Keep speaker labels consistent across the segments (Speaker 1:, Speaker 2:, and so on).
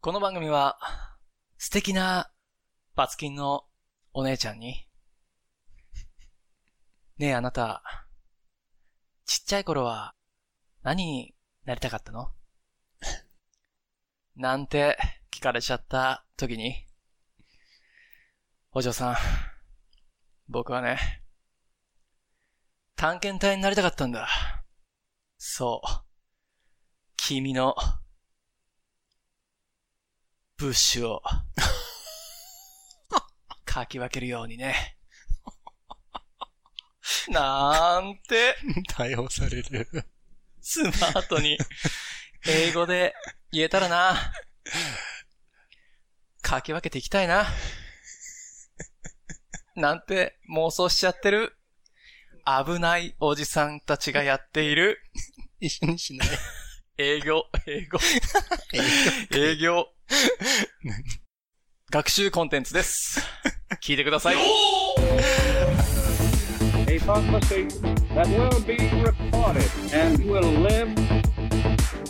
Speaker 1: この番組は、素敵なパツキンのお姉ちゃんに、ねえあなた、ちっちゃい頃は何になりたかったのなんて聞かれちゃった時に、お嬢さん、僕はね、探検隊になりたかったんだ。そう。君の、ブッシュを、 かき分けるようにね。 なん て、
Speaker 2: 対応される。
Speaker 1: スマートに、英語で言えたらな。かき分けていきたいな。なんて妄想しちゃってる。危ないおじさんたちがやってい る
Speaker 2: 一緒にしない。
Speaker 1: 営業、営 業、営業、学習コンテンツです。聞いてください。
Speaker 3: a prophecy that will be recorded and will live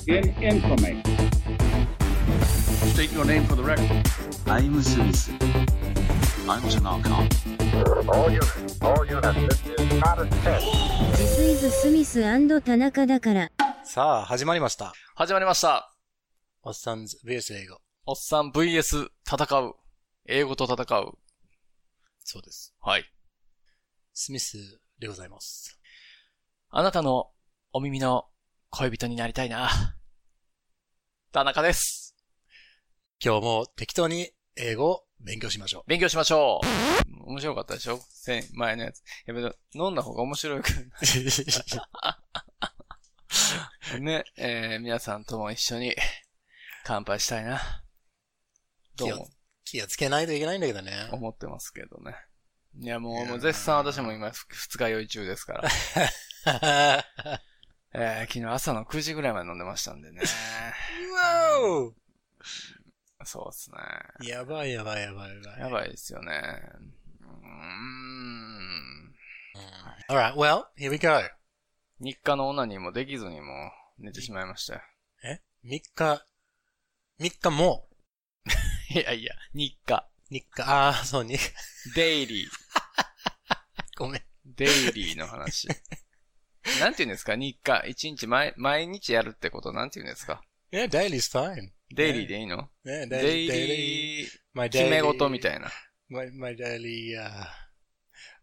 Speaker 3: in infamy.
Speaker 4: State your name for the record.
Speaker 5: I'm Smith. I'm Tanaka.
Speaker 6: All units, all units, this is not a test.
Speaker 7: This is Smith 田中だから。
Speaker 2: さあ、始まりました。
Speaker 1: 始まりました。
Speaker 2: おっさんズ VS 英語。
Speaker 1: おっさん VS 戦う。英語と戦う。
Speaker 2: そうです。
Speaker 1: はい。
Speaker 2: スミスでございます。
Speaker 1: あなたのお耳の恋人になりたいな。田中です。
Speaker 2: 今日も適当に英語を勉強しまし ょ
Speaker 1: 勉強しましょう。面白かったでしょ先前のやつ。やっぱ飲んだ方が面白いから
Speaker 2: う。
Speaker 1: ね、えー、皆さんとも一緒に乾杯したいな。どうも
Speaker 2: 気をつけないといけないんだけどね。
Speaker 1: 思ってますけどね。いや、
Speaker 2: い
Speaker 1: も
Speaker 2: や
Speaker 1: う、
Speaker 2: ー
Speaker 1: もう絶賛私も今、ふ二日酔い中です から。えー、昨日朝の9時ぐらいまで飲んでましたんでね。
Speaker 2: わ
Speaker 1: そうですね。
Speaker 2: おやばいやばいやばいやばい。
Speaker 1: やばいですよね。うーん。
Speaker 2: Alright, well, here we go.
Speaker 1: 日課の女にもできずにもう寝てしまいましたよ。
Speaker 2: え ?3 日、3日も、
Speaker 1: いやいや、日課。
Speaker 2: 3日、ああ、そう、に
Speaker 1: デイリー。
Speaker 2: ごめん。
Speaker 1: デイリーの 話。なんて言うんですか日課。一日毎、毎日やるってことなんて言うんですか
Speaker 2: Yeah, daily's fine.
Speaker 1: デイリーでいいの
Speaker 2: Yeah,
Speaker 1: デ
Speaker 2: daily,
Speaker 1: イ
Speaker 2: daily.
Speaker 1: リー、
Speaker 2: My
Speaker 1: 決
Speaker 2: daily-
Speaker 1: め事みたいな。
Speaker 2: My, my daily, uh,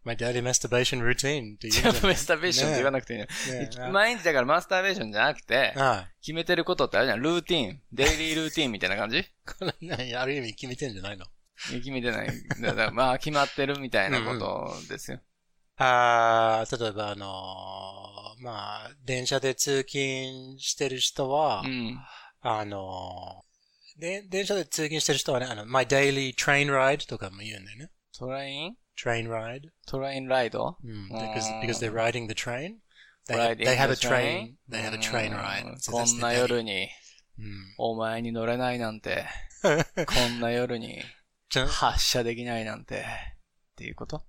Speaker 2: my daily masturbation routine. って 言
Speaker 1: ち
Speaker 2: う
Speaker 1: ょ
Speaker 2: んじ
Speaker 1: っ
Speaker 2: ゃ
Speaker 1: と
Speaker 2: な
Speaker 1: マ
Speaker 2: い
Speaker 1: スターベーションって言わなくていいね。
Speaker 2: ねえあ
Speaker 1: 毎日だからマスターベーションじゃなくて、
Speaker 2: あ
Speaker 1: 決めてることってあれじゃん、ルーティーン。デイリールーティーンみたいな感 じ
Speaker 2: あ、これね、ある意味決めてんじゃないの
Speaker 1: 決めてない。だからまあ、決まってるみたいなことですよ。
Speaker 2: ああ、例えばあのーまあ、電車で通勤してる人は、
Speaker 1: うん。
Speaker 2: あのーで、電車で通勤してる人はね、あの、my daily train ride とかも言うんだよね。
Speaker 1: トライン
Speaker 2: train ride.
Speaker 1: トラインライド
Speaker 2: うん
Speaker 1: うん
Speaker 2: because, because they're riding the train. They,
Speaker 1: Riding
Speaker 2: they have a
Speaker 1: the train.
Speaker 2: train. They have a train
Speaker 1: うん
Speaker 2: ride. So
Speaker 1: こ
Speaker 2: that's
Speaker 1: ん
Speaker 2: the
Speaker 1: な
Speaker 2: daily.
Speaker 1: 夜に、
Speaker 2: うん
Speaker 1: お前に乗れないなんて、こんな夜に、
Speaker 2: ちょ
Speaker 1: 発車できないなんて、っていうこと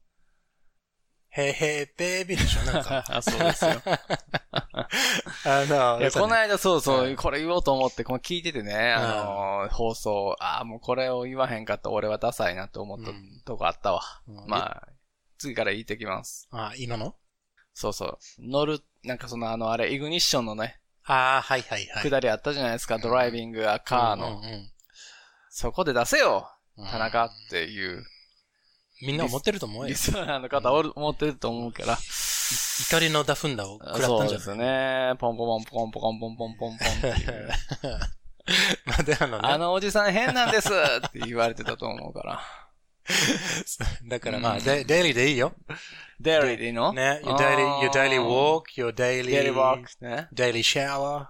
Speaker 2: へいへいベイビーでしょ、なんか。
Speaker 1: あそうですよ。
Speaker 2: あの、
Speaker 1: いや、この間そうそう、
Speaker 2: うん
Speaker 1: これ言おうと思って、この聞いててね、あのー放送、ああ、もうこれを言わへんかった俺はダサいなって思った
Speaker 2: うん
Speaker 1: とこあったわ。
Speaker 2: うん
Speaker 1: まあ、次から言ってきます。
Speaker 2: あ、今の
Speaker 1: そうそう。乗る、なんかそのあの、あれ、イグニッションのね、
Speaker 2: ああ、はいはいはい。
Speaker 1: 下りあったじゃないですか、ドライビング、あカーの。
Speaker 2: うんうん
Speaker 1: そこで出せよ
Speaker 2: うん
Speaker 1: 田中っていう、
Speaker 2: みんな思ってると思うよ
Speaker 1: リ。スナーの方おる、思ってると思うから。
Speaker 2: 怒りのダフンダを食らっ
Speaker 1: そ
Speaker 2: た
Speaker 1: うん
Speaker 2: じ
Speaker 1: で
Speaker 2: ゃな
Speaker 1: す
Speaker 2: い
Speaker 1: ね。ポンポンポンポンポンポンポンポンポンっていう。
Speaker 2: まあ、で、あのね
Speaker 1: あのおじさん変なんですって言われてたと思うから。
Speaker 2: だから
Speaker 1: う
Speaker 2: まあ、
Speaker 1: ん
Speaker 2: デイリーでいいよ。
Speaker 1: デイリーでいいの
Speaker 2: ね、your daily, your daily walk, your daily,
Speaker 1: デイリーワークね。
Speaker 2: daily shower.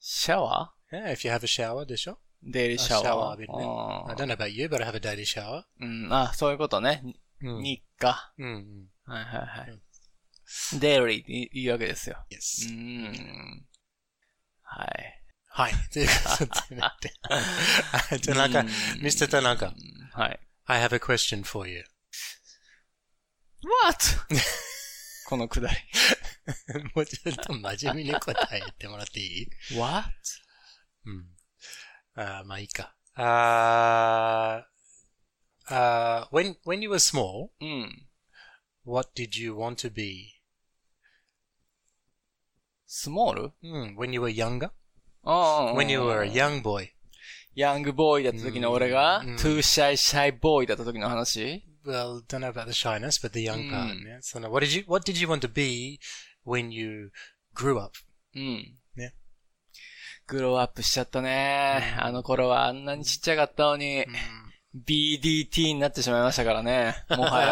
Speaker 1: シャワ
Speaker 2: Yeah, if you have a shower でしょ
Speaker 1: ーデイリーシャワー。
Speaker 2: シャワー浴びるね
Speaker 1: あ
Speaker 2: I
Speaker 1: ー
Speaker 2: don't know about you, but I have a daily shower.
Speaker 1: うん、あ、そういうことね。
Speaker 2: うん
Speaker 1: 日課。
Speaker 2: うんうん。
Speaker 1: はいはいはい。デイリーって言うわけですよ。う
Speaker 2: Yes.
Speaker 1: ん。はい。
Speaker 2: はい。 ということに なって。田中
Speaker 1: うん、
Speaker 2: Mr. 田中、
Speaker 1: はい。
Speaker 2: I have a question for you.
Speaker 1: What? このくだり。
Speaker 2: もうちょっと真面目に答えてもらっていい
Speaker 1: What?
Speaker 2: うん。あーまあいいか。 Uh, uh, when when you were small,
Speaker 1: うん。
Speaker 2: what did you want to be?
Speaker 1: スモール
Speaker 2: Hmm, when you were younger,
Speaker 1: ああ。
Speaker 2: when you were a young boy,
Speaker 1: ヤングボーイだった時の俺が、
Speaker 2: うん
Speaker 1: too shy shy boy だった時の話
Speaker 2: well, don't know about the shyness, but the young part.
Speaker 1: Mm.
Speaker 2: Yeah? So, no, what did you what did you want to be when you grew up?
Speaker 1: うん。
Speaker 2: ね。
Speaker 1: グローアップしちゃったね。あの頃はあんなにちっちゃかったのに、BDT になってしまいましたからね。もは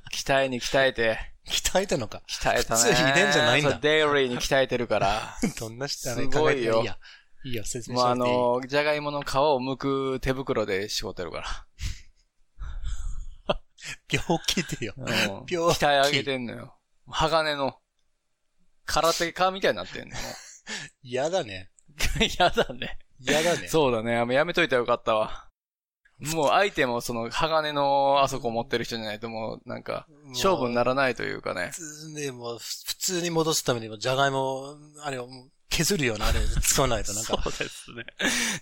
Speaker 1: や。鍛えに鍛えて、
Speaker 2: 鍛えたのか。
Speaker 1: 鍛えたね。
Speaker 2: 普通遺伝じゃないんだ
Speaker 1: そうデイリーに鍛えてる から。すごいよ。もうあ
Speaker 2: どんな人あれ考えていいや。いいよ、説明しなくていい。
Speaker 1: の、じゃがいもの皮を剥く手袋で仕事やるから。
Speaker 2: 病気でよ。
Speaker 1: うん
Speaker 2: 病気
Speaker 1: 鍛え上げてんのよ。鋼の、空手家みたいになってん の。 やだね。
Speaker 2: 嫌だね。嫌だね。
Speaker 1: そうだね。あもうやめといたらよかった わ。もう相手もその鋼のあそこ持ってる人じゃないともうなんか
Speaker 2: もう
Speaker 1: 勝負にならないというか ね。
Speaker 2: でも、ふ普通に戻すためにも、じゃがいも、あれを削るような、あれを使わないと、なん
Speaker 1: そう
Speaker 2: か。
Speaker 1: ですね。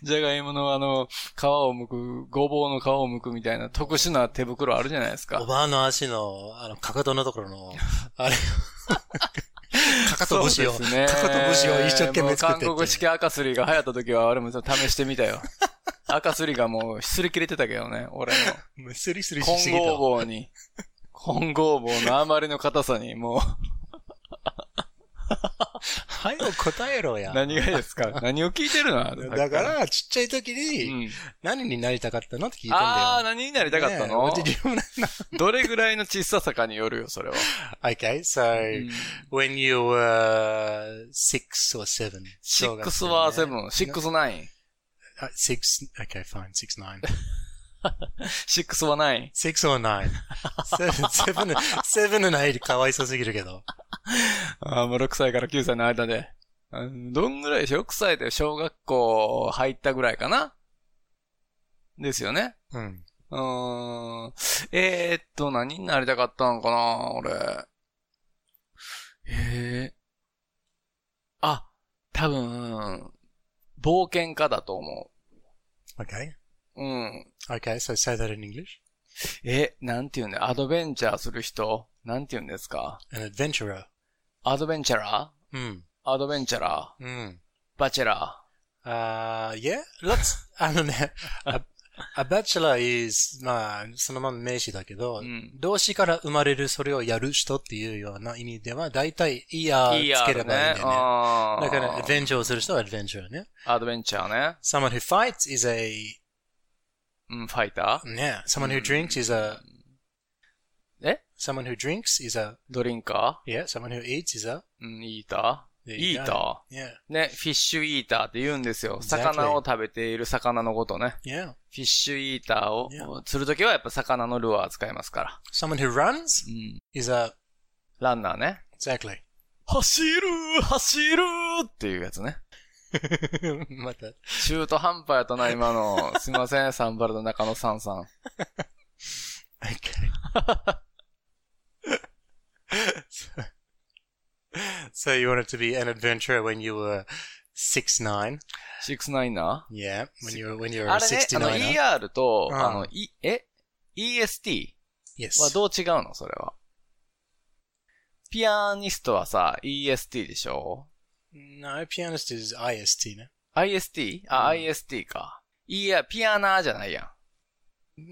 Speaker 1: じゃがいものあの、皮を剥く、ごぼうの皮を剥くみたいな特殊な手袋あるじゃないです
Speaker 2: お
Speaker 1: か。
Speaker 2: ばあの足の、あの、かかとのとこ ろの、あれをかかと節を、
Speaker 1: そ
Speaker 2: か
Speaker 1: うですね
Speaker 2: かと節を一生懸命作ってって。
Speaker 1: もう韓国式赤すりが流行った時は俺も試してみた よ。赤すりがもう擦り切れてたけどね、俺の。
Speaker 2: むすりすりしす
Speaker 1: 混
Speaker 2: ぎた。
Speaker 1: 合棒に、混合棒のあまりの硬さに、も
Speaker 2: はい、答えろ
Speaker 1: う、
Speaker 2: や。
Speaker 1: 何がですか何を聞いてるのあれ
Speaker 2: だか、ら、ちっちゃい時
Speaker 1: う
Speaker 2: に、
Speaker 1: ん。
Speaker 2: 何になりたかったのって聞いたんだよ。
Speaker 1: あー、何になりたかったの
Speaker 2: What did you want?
Speaker 1: どれぐらいの小ささかによるよ、それは。
Speaker 2: Okay, so when you were six or seven.
Speaker 1: シックス
Speaker 2: 小
Speaker 1: は
Speaker 2: 学生
Speaker 1: セ
Speaker 2: ね
Speaker 1: ブン、シックスナイン、
Speaker 2: Uh, six, okay, fine, six, nine.
Speaker 1: シックスはナイン。
Speaker 2: six or nine. seven, seven, seven and eight かわいそうすぎるけど。
Speaker 1: あーもう6歳から9歳の間で。うんどんぐらいでしょ ?6 歳で小学校入ったぐらいかなですよね。
Speaker 2: うん。
Speaker 1: うーん。えー、っと、何になりたかったのかな俺。ええあ、多分、冒険家だと思
Speaker 2: Okay.
Speaker 1: う。うん。
Speaker 2: Okay, so say that in English.
Speaker 1: え、なんて言うんだアドベンチャーする人なんて言うんですか
Speaker 2: An adventurer.
Speaker 1: アドベンチャラ
Speaker 2: うん。
Speaker 1: ーアドベンチャラ
Speaker 2: うん。
Speaker 1: ーバチェラ
Speaker 2: Uh, yeah, lots, あのね、a, a bachelor is, まあ、そのまま名詞だけど、
Speaker 1: うん
Speaker 2: 動詞から生まれるそれをやる人っていうような意味では、だいたい er
Speaker 1: ー。いいや
Speaker 2: つければいいんだよね。
Speaker 1: あー
Speaker 2: だから、adventure をする人は adventure ね。
Speaker 1: アドベンチャーね。
Speaker 2: someone who fights is a,
Speaker 1: うん、ファイター
Speaker 2: ね、someone who drinks is a,
Speaker 1: え
Speaker 2: someone who drinks is a,
Speaker 1: ドリンカ
Speaker 2: yeah, someone who eats is a,
Speaker 1: ーうん、イーター
Speaker 2: There
Speaker 1: イ
Speaker 2: you go.
Speaker 1: ーター
Speaker 2: ね、
Speaker 1: ね、フィッシュイーターって言うんですよ。
Speaker 2: Exactly.
Speaker 1: 魚を食べている魚のことね。
Speaker 2: yeah.
Speaker 1: フィッシュイーターを
Speaker 2: Yeah.
Speaker 1: 釣るときはやっぱ魚のルアー使いますから。
Speaker 2: someone who runs is a,
Speaker 1: ランナーね。
Speaker 2: exactly.
Speaker 1: 走る走るっていうやつね。
Speaker 2: また、
Speaker 1: 中途半端やったな、今の。 すいません、サンバルの中野さんさん。
Speaker 2: Okay. so, so you wanted to be an adventurer when you were six nine.
Speaker 1: シックスナイナ
Speaker 2: Yeah, when you were when you
Speaker 1: ー
Speaker 2: were
Speaker 1: あれね、
Speaker 2: sixty
Speaker 1: あの
Speaker 2: nine.
Speaker 1: ER と、
Speaker 2: うん
Speaker 1: あの、E、え ?EST
Speaker 2: Yes.
Speaker 1: はどう違うのそれは。ピアニストはさ、EST でしょ
Speaker 2: No, pianist is IST. No,
Speaker 1: ?IST? あ、IST か。いや、ピアナーじゃないやん。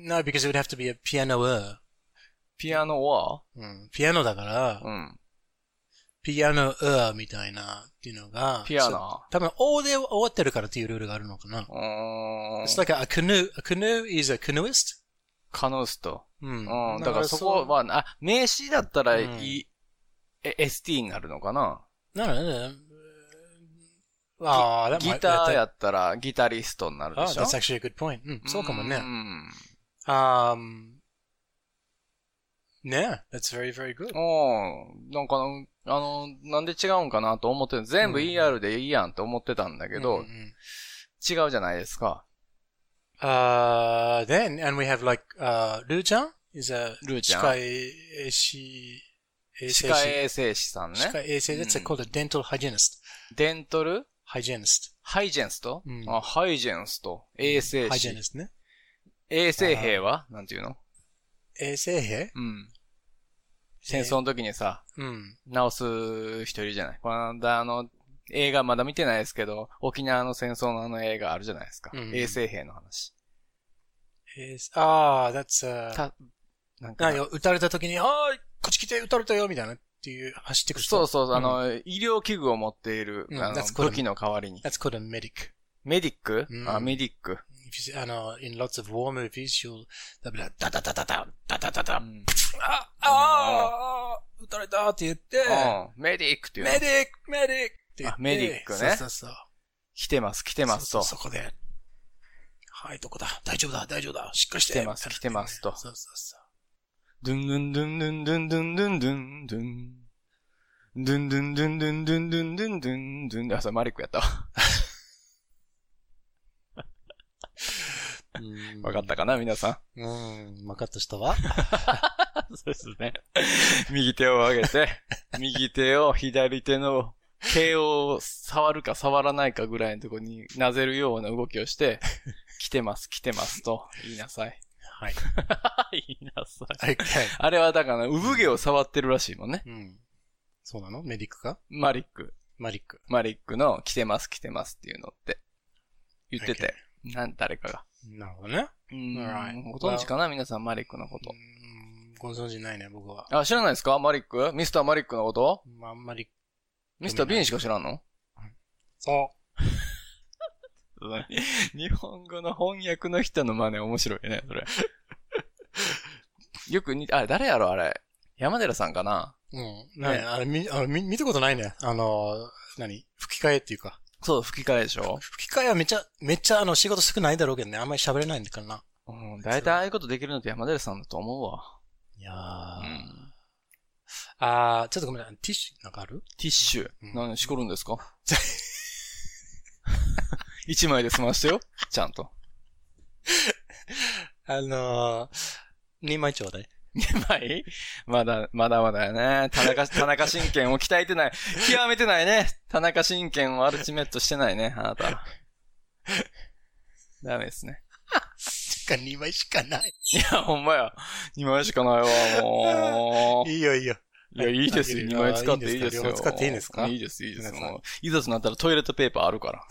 Speaker 2: no, because it would have to be a pianoer. Hmm,
Speaker 1: ピアノは、
Speaker 2: うん、ピアノだから、
Speaker 1: うん。
Speaker 2: ピアノーみたいなっていうのが、
Speaker 1: ピアノ
Speaker 2: そう多分、O で終わってるからっていうルールがあるのかな。
Speaker 1: うーん
Speaker 2: It's。like a, a canoe, a canoe is a canoeist?
Speaker 1: カノースト。
Speaker 2: う
Speaker 1: うんん。だからそこ、は、あ、名詞だったら、
Speaker 2: うん
Speaker 1: い、え、ST になるのかな
Speaker 2: ならね、ああ、
Speaker 1: ギターや
Speaker 2: っ
Speaker 1: ったらギタリストになる
Speaker 2: た
Speaker 1: で
Speaker 2: で
Speaker 1: し
Speaker 2: し
Speaker 1: ょ
Speaker 2: ょ That's actually a good point. うん、そうかも
Speaker 1: う
Speaker 2: ね。
Speaker 1: ん。
Speaker 2: あーね That's very, very good.
Speaker 1: おーなんかな、あの、なんで違うんかなと思ってる全部
Speaker 2: うん
Speaker 1: ER でいいやんと思ってたんだけど、
Speaker 2: うんうんうん
Speaker 1: 違うじゃないですか。
Speaker 2: あー then, and we have like, あールーちゃん is a
Speaker 1: ルーちゃん
Speaker 2: 歯科衛士、衛生
Speaker 1: 歯
Speaker 2: 士
Speaker 1: 科衛生士さんね
Speaker 2: 歯。科衛生 that's
Speaker 1: うん
Speaker 2: called a dental hygienist.
Speaker 1: デントル
Speaker 2: ハイジェンス
Speaker 1: ハイジェンスと、
Speaker 2: うん
Speaker 1: あハイジェンスと衛
Speaker 2: ト。
Speaker 1: 生
Speaker 2: ハイジェン
Speaker 1: 士。
Speaker 2: スね。
Speaker 1: 衛生兵はなんていうの
Speaker 2: 衛生兵
Speaker 1: うん。戦争の時にさ、
Speaker 2: うん。
Speaker 1: 直す人いるじゃない。この間、あの、映画まだ見てないですけど、沖縄の戦争のあの映画あるじゃないですか。
Speaker 2: うん
Speaker 1: 衛生兵の話。
Speaker 2: 衛生ああ、that's a...
Speaker 1: た、なんか、
Speaker 2: 何を撃たれた時に、ああ、こっち来て撃たれたよ、みたいな。っていう、走ってくる人。
Speaker 1: そうそう、
Speaker 2: ん
Speaker 1: あの、医療器具を持っている、
Speaker 2: うん
Speaker 1: あの
Speaker 2: that's good.
Speaker 1: 武器の代わりに。
Speaker 2: That's called a medic.
Speaker 1: メディック、
Speaker 2: うん
Speaker 1: あ、メディック。
Speaker 2: If you see, あの、in lots of war movies, you'll, they'll be like, ダダダダダ、ダダダダ、
Speaker 1: う
Speaker 2: あ
Speaker 1: ん、
Speaker 2: あああ、撃たれたって言って、
Speaker 1: うんメディックっていうの
Speaker 2: メディック、メディックって言って
Speaker 1: あ、メディックね
Speaker 2: そうそうそう。
Speaker 1: 来てます、来てますと。
Speaker 2: そうそうそこで、はい、どこだ大丈夫だ、大丈夫だ、しっかりして。
Speaker 1: 来てます来てますと
Speaker 2: そうそうそう。
Speaker 1: ドゥンドゥンドゥンドゥンドゥンドゥンドゥンドゥンドゥン。ドゥンドゥンドゥンドゥンドゥンドゥンドゥンドゥンドゥン。あ、それマリックやったわ。 わかったかな、皆さ
Speaker 2: うん、わか った人は
Speaker 1: ん。そうですね。右手を上げて、 右手を左手の毛を触るか触らないかぐらいのとこになぜるような動きをして、 来てます、来てますと言いなさい。
Speaker 2: はい。
Speaker 1: 言いなさい。
Speaker 2: はい。
Speaker 1: あれはだから、産毛を触ってるらしいもんね。
Speaker 2: うん。そうなのメディックか
Speaker 1: マリック。
Speaker 2: マリック。
Speaker 1: マリックの来てます来てますっていうのって言ってて、なん、誰かが。
Speaker 2: なるほどね。
Speaker 1: うーん
Speaker 2: Alright.
Speaker 1: ご存知かな皆さん、マリックのこ
Speaker 2: う
Speaker 1: と。
Speaker 2: ん、ご存知ないね、僕は。
Speaker 1: あ、知らないですかマリックミスターマリックのこと
Speaker 2: まああんまり。
Speaker 1: ミスタービーンしか知らんの
Speaker 2: そ
Speaker 1: 日本語の翻訳の人の真似面白いね、 それ。よくに、あれ、誰やろあれ。山寺さんかな
Speaker 2: う。うん。ないね、あれ、み、あれ、み見たことないね。あの、何吹き替えっていうか。
Speaker 1: そう、吹き替えでしょ
Speaker 2: 吹き替えはめっちゃ、めっちゃあの、仕事少ないだろうけどね。あんまり喋れないんだからな。
Speaker 1: うん、だいたいああいうことできるのって山寺さんだと思うわ。
Speaker 2: いやー。
Speaker 1: うん。
Speaker 2: あー、ちょっとごめんなさい。ティッシュなんかある
Speaker 1: ティッシュ。
Speaker 2: うん
Speaker 1: 何、しこるんですか 一枚で済ましてよ。ちゃんと。
Speaker 2: あのー、2枚ちょうだい。
Speaker 1: 2枚まだ、まだまだよね。田中、田中神剣を鍛えてない。極めてないね。田中神剣をアルチメットしてないね、あなた。ダメですね。
Speaker 2: しか2枚しかない。
Speaker 1: いや、ほんまや。2枚しかないわ、もう。
Speaker 2: いいよいいよ。
Speaker 1: いや、いいですよ。2枚使っていいですよ。
Speaker 2: 両方使っていいんですか
Speaker 1: いいです、いいです。
Speaker 2: 皆さん
Speaker 1: もう、いざとなったらトイレットペーパーあるから。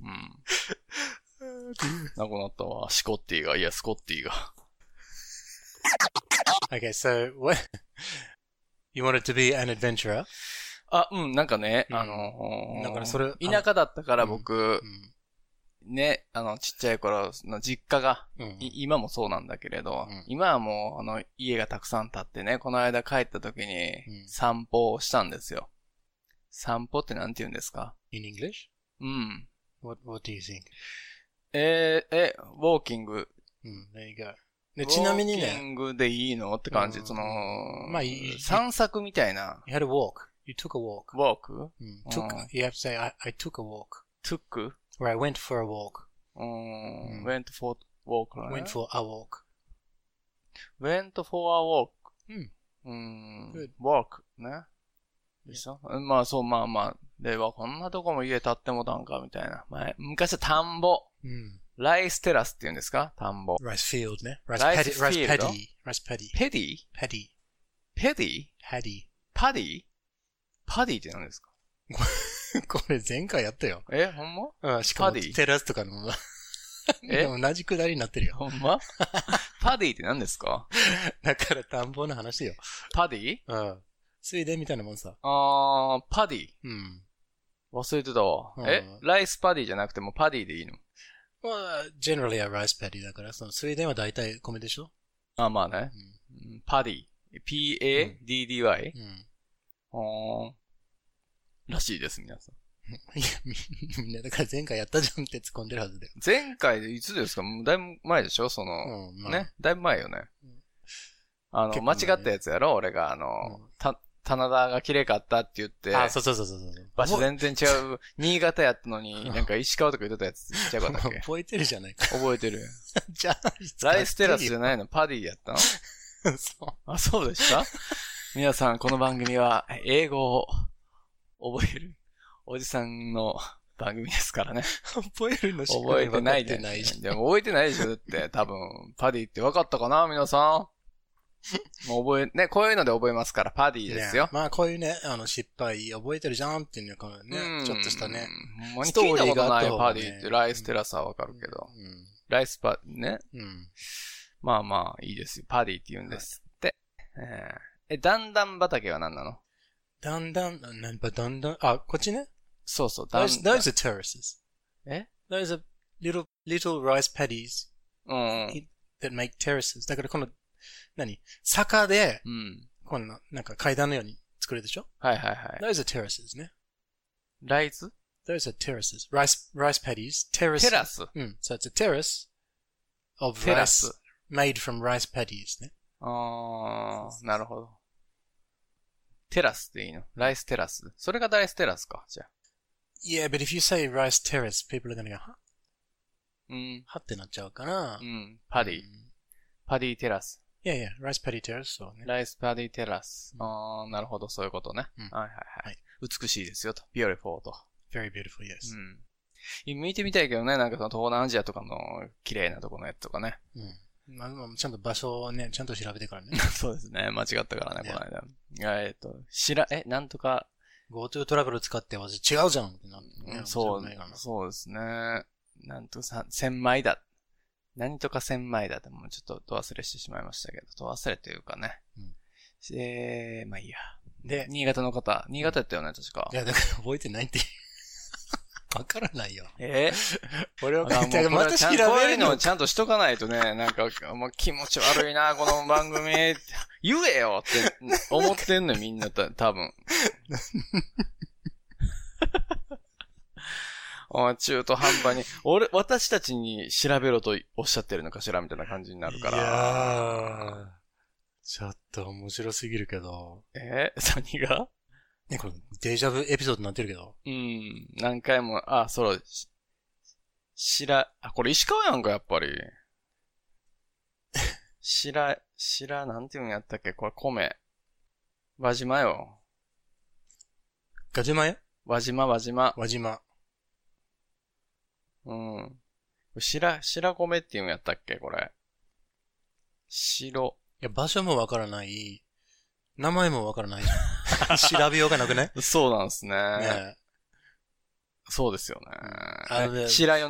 Speaker 1: うん。なくなったわ。シコッティが、いや、スコッティが。
Speaker 2: Okay, so what? You wanted to be an adventurer?
Speaker 1: あ、うん、なんかね、
Speaker 2: うん
Speaker 1: あのー
Speaker 2: だからそれ
Speaker 1: 田舎だったから
Speaker 2: うん
Speaker 1: 僕、ね、あの、ちっちゃい頃の実家が、
Speaker 2: うん。
Speaker 1: い今もそうなんだけれど、
Speaker 2: うん
Speaker 1: 今はもう、あの、家がたくさん建ってね、この間帰った時
Speaker 2: うん
Speaker 1: に、散歩をしたんですよ。散歩ってなんて言うんですか
Speaker 2: In English?
Speaker 1: うん。
Speaker 2: What, what do you think?
Speaker 1: えーえ、ウォーキング。
Speaker 2: うん、there you go. で、ちなみに
Speaker 1: ウォーキ
Speaker 2: ね、
Speaker 1: ングでいいのって感じ。
Speaker 2: うん
Speaker 1: その、
Speaker 2: まあいい
Speaker 1: 散策みたいな。
Speaker 2: you had a walk. You took a walk.
Speaker 1: ウォーク
Speaker 2: うん
Speaker 1: あー
Speaker 2: took, you have to say, I, I took a walk.
Speaker 1: トゥック
Speaker 2: Or I went for a walk.
Speaker 1: うーん、
Speaker 2: うん
Speaker 1: went for walk だね
Speaker 2: Went for a walk.
Speaker 1: went for a walk.
Speaker 2: うん。
Speaker 1: うーん
Speaker 2: Good.。
Speaker 1: walk ね。でしょまあそう、まあまあ。で、わ、こんなとこも家建ってもたんか、みたいな。前、昔は田んぼ。
Speaker 2: うん。
Speaker 1: ライステラスって言うんですか田んぼ。
Speaker 2: Rice field ね。
Speaker 1: Rice
Speaker 2: paddy- rice
Speaker 1: field？
Speaker 2: paddy. Rice paddy.
Speaker 1: ペディ
Speaker 2: Paddy.
Speaker 1: ペディ
Speaker 2: Paddy.
Speaker 1: パディパディって何ですか
Speaker 2: これ前回やったよ。
Speaker 1: え、ほんま
Speaker 2: うん、しかも
Speaker 1: パディ
Speaker 2: テラスとかの、
Speaker 1: え
Speaker 2: 同じくだりになってるよ。
Speaker 1: ほんまパディって何ですか
Speaker 2: だから田んぼの話よ。
Speaker 1: パディ
Speaker 2: うん。ついでみたいなもんさ。
Speaker 1: あー、パディ。
Speaker 2: うん。
Speaker 1: 忘れてたわ。え
Speaker 2: うん
Speaker 1: ライスパディじゃなくてもパディでいいの
Speaker 2: まあ、generally a rice paddy だから、その、スウェーデンは大体米でしょ
Speaker 1: あ、まあね。うんパディ。P-A-D-D-Y?
Speaker 2: うん。
Speaker 1: あーらしいです、皆さん。
Speaker 2: いや、み みんな、だから前回やったじゃんって突っ込んでるはずだよ。
Speaker 1: 前回でいつですかもうだいぶ前でしょその、
Speaker 2: うん、まあ。
Speaker 1: ね。だいぶ前よね
Speaker 2: うん。
Speaker 1: あの、
Speaker 2: 結構
Speaker 1: 間違
Speaker 2: 前
Speaker 1: ったやつやろ俺が、あの、た、棚田が綺麗かったって言って、
Speaker 2: あ、そうそうそうそうそう。
Speaker 1: 場所
Speaker 2: 覚え
Speaker 1: 全然違 う、新潟やったのに、なんか石川とか言ってたやつ、ちゃうかったっけ
Speaker 2: 覚えてるじゃないか。
Speaker 1: 覚え てる。
Speaker 2: じゃあ、
Speaker 1: ライステラスじ
Speaker 2: そ
Speaker 1: ゃないのパディや ったの
Speaker 2: う。
Speaker 1: あ、 そうでした皆さん、この番組は、英語を覚える、おじさんの番組ですからね。
Speaker 2: 覚えるのしか
Speaker 1: 覚えてない
Speaker 2: で
Speaker 1: で。
Speaker 2: ないじ
Speaker 1: でも覚えてないでしょ、だって。多分、パディって分かったかな、皆さ ん。もう覚え、ね、こういうので覚えますから、パデ
Speaker 2: ゃ
Speaker 1: ィ
Speaker 2: ん。
Speaker 1: ですよ
Speaker 2: ね。まあこういうね、あの失敗覚えてるじゃんっていうのが
Speaker 1: う
Speaker 2: ね、
Speaker 1: ん
Speaker 2: ちょっとしたね。。
Speaker 1: ほんまに
Speaker 2: ストーリ
Speaker 1: 聞いたこ
Speaker 2: ー
Speaker 1: と
Speaker 2: があ
Speaker 1: な
Speaker 2: っ
Speaker 1: い
Speaker 2: た方
Speaker 1: パ
Speaker 2: がね
Speaker 1: ディって、ライステラサはわかるけど。ライスパ、ね。
Speaker 2: うん。うん。
Speaker 1: まあまあ、いいですよ。パディって言うんですって。えー、え、だんだん畑は何なの
Speaker 2: だんだん、なんかだんだん、あ、こっちね。
Speaker 1: そうそう、だん
Speaker 2: There's, there's a terraces.
Speaker 1: え
Speaker 2: There's a little, little rice paddies
Speaker 1: うん。
Speaker 2: that make terraces. だからこの、何坂で、
Speaker 1: うん。
Speaker 2: こんな、なんか階段のように作るでしょ
Speaker 1: はいはいはい。
Speaker 2: ?There's a terraces ね。
Speaker 1: ライズ
Speaker 2: There's a terraces. Rice, rice paddies. Terrace.
Speaker 1: テラス。
Speaker 2: Mm, so it's a terrace of
Speaker 1: テラ
Speaker 2: rice
Speaker 1: ス。
Speaker 2: made from rice paddies. ね。
Speaker 1: あー、なるほど。テラスでいいのライステラス。それがライステラスか、じゃあ。
Speaker 2: Yeah, but if you say rice terrace, people are going to go, は
Speaker 1: うん。
Speaker 2: はってなっちゃうかな。Hmm.
Speaker 1: うん。パディ。パディテラス。
Speaker 2: Yeah, yeah, rice paddy terrace. そうね。
Speaker 1: ライスパディテラス。あー、なるほど、そういうことね。
Speaker 2: うん
Speaker 1: はいはいは
Speaker 2: はいい。
Speaker 1: 美しいですよ、と。ビオレフォーと。
Speaker 2: Very beautiful,
Speaker 1: Hmm.
Speaker 2: yes.
Speaker 1: うん。見てみたいけどね、なんかその東南アジアとかの綺麗なとこのやつとかね。
Speaker 2: うん。まあ、まあちゃんと場所をね、ちゃんと調べてからね。
Speaker 1: そうですね。間違ったからね、
Speaker 2: ね
Speaker 1: この間。えっと、しら、え、なんとか、
Speaker 2: GoTo トラベル使って、私違うじゃんってなってね。
Speaker 1: そ
Speaker 2: 面白く
Speaker 1: う
Speaker 2: ないかな、
Speaker 1: そうですね。なんとかさ、千枚だ。何とか千枚だって、もうちょっとど忘れしてしまいましたけど、ど忘れというかね。えー、まあいいや。
Speaker 2: で、
Speaker 1: 新潟の方、新潟やったよね、確か
Speaker 2: い。や、だから覚えてないって。 わからないよ。
Speaker 1: え
Speaker 2: 俺 は
Speaker 1: だからもうこれ
Speaker 2: ま
Speaker 1: は
Speaker 2: た
Speaker 1: ちゃ
Speaker 2: 調
Speaker 1: ん
Speaker 2: べ
Speaker 1: こうい
Speaker 2: る
Speaker 1: うのを
Speaker 2: の。
Speaker 1: ちゃんとしとかないとね、なんか、もう気持ち悪いな、この番組。言えよって 思ってんのよ、みんなた、多 分。お前中途半端に、俺、私たちに調べろとおっしゃってるのかしらみたいな感じになるか
Speaker 2: い
Speaker 1: ら。
Speaker 2: やーちょっと面白すぎるけど。
Speaker 1: え 何が
Speaker 2: ね、これ、デジャブエピソードになってるけど。
Speaker 1: うん、何回も、あ、そう、ししら、あ、これ石川やんか、やっぱり。 しら、しら、なんていうんやったっけこれ米。輪島よ。
Speaker 2: ガジュマよ
Speaker 1: 輪島、輪島。
Speaker 2: 輪島。
Speaker 1: うん。しら、しら米っていうんやったっけこれ。白。
Speaker 2: いや、場所もわからない。名前もわからないじ ゃん。調べようがなくない
Speaker 1: そうなんですね。
Speaker 2: ね
Speaker 1: そうですよ
Speaker 2: あの
Speaker 1: ね。白米、
Speaker 2: ね
Speaker 1: 白
Speaker 2: あの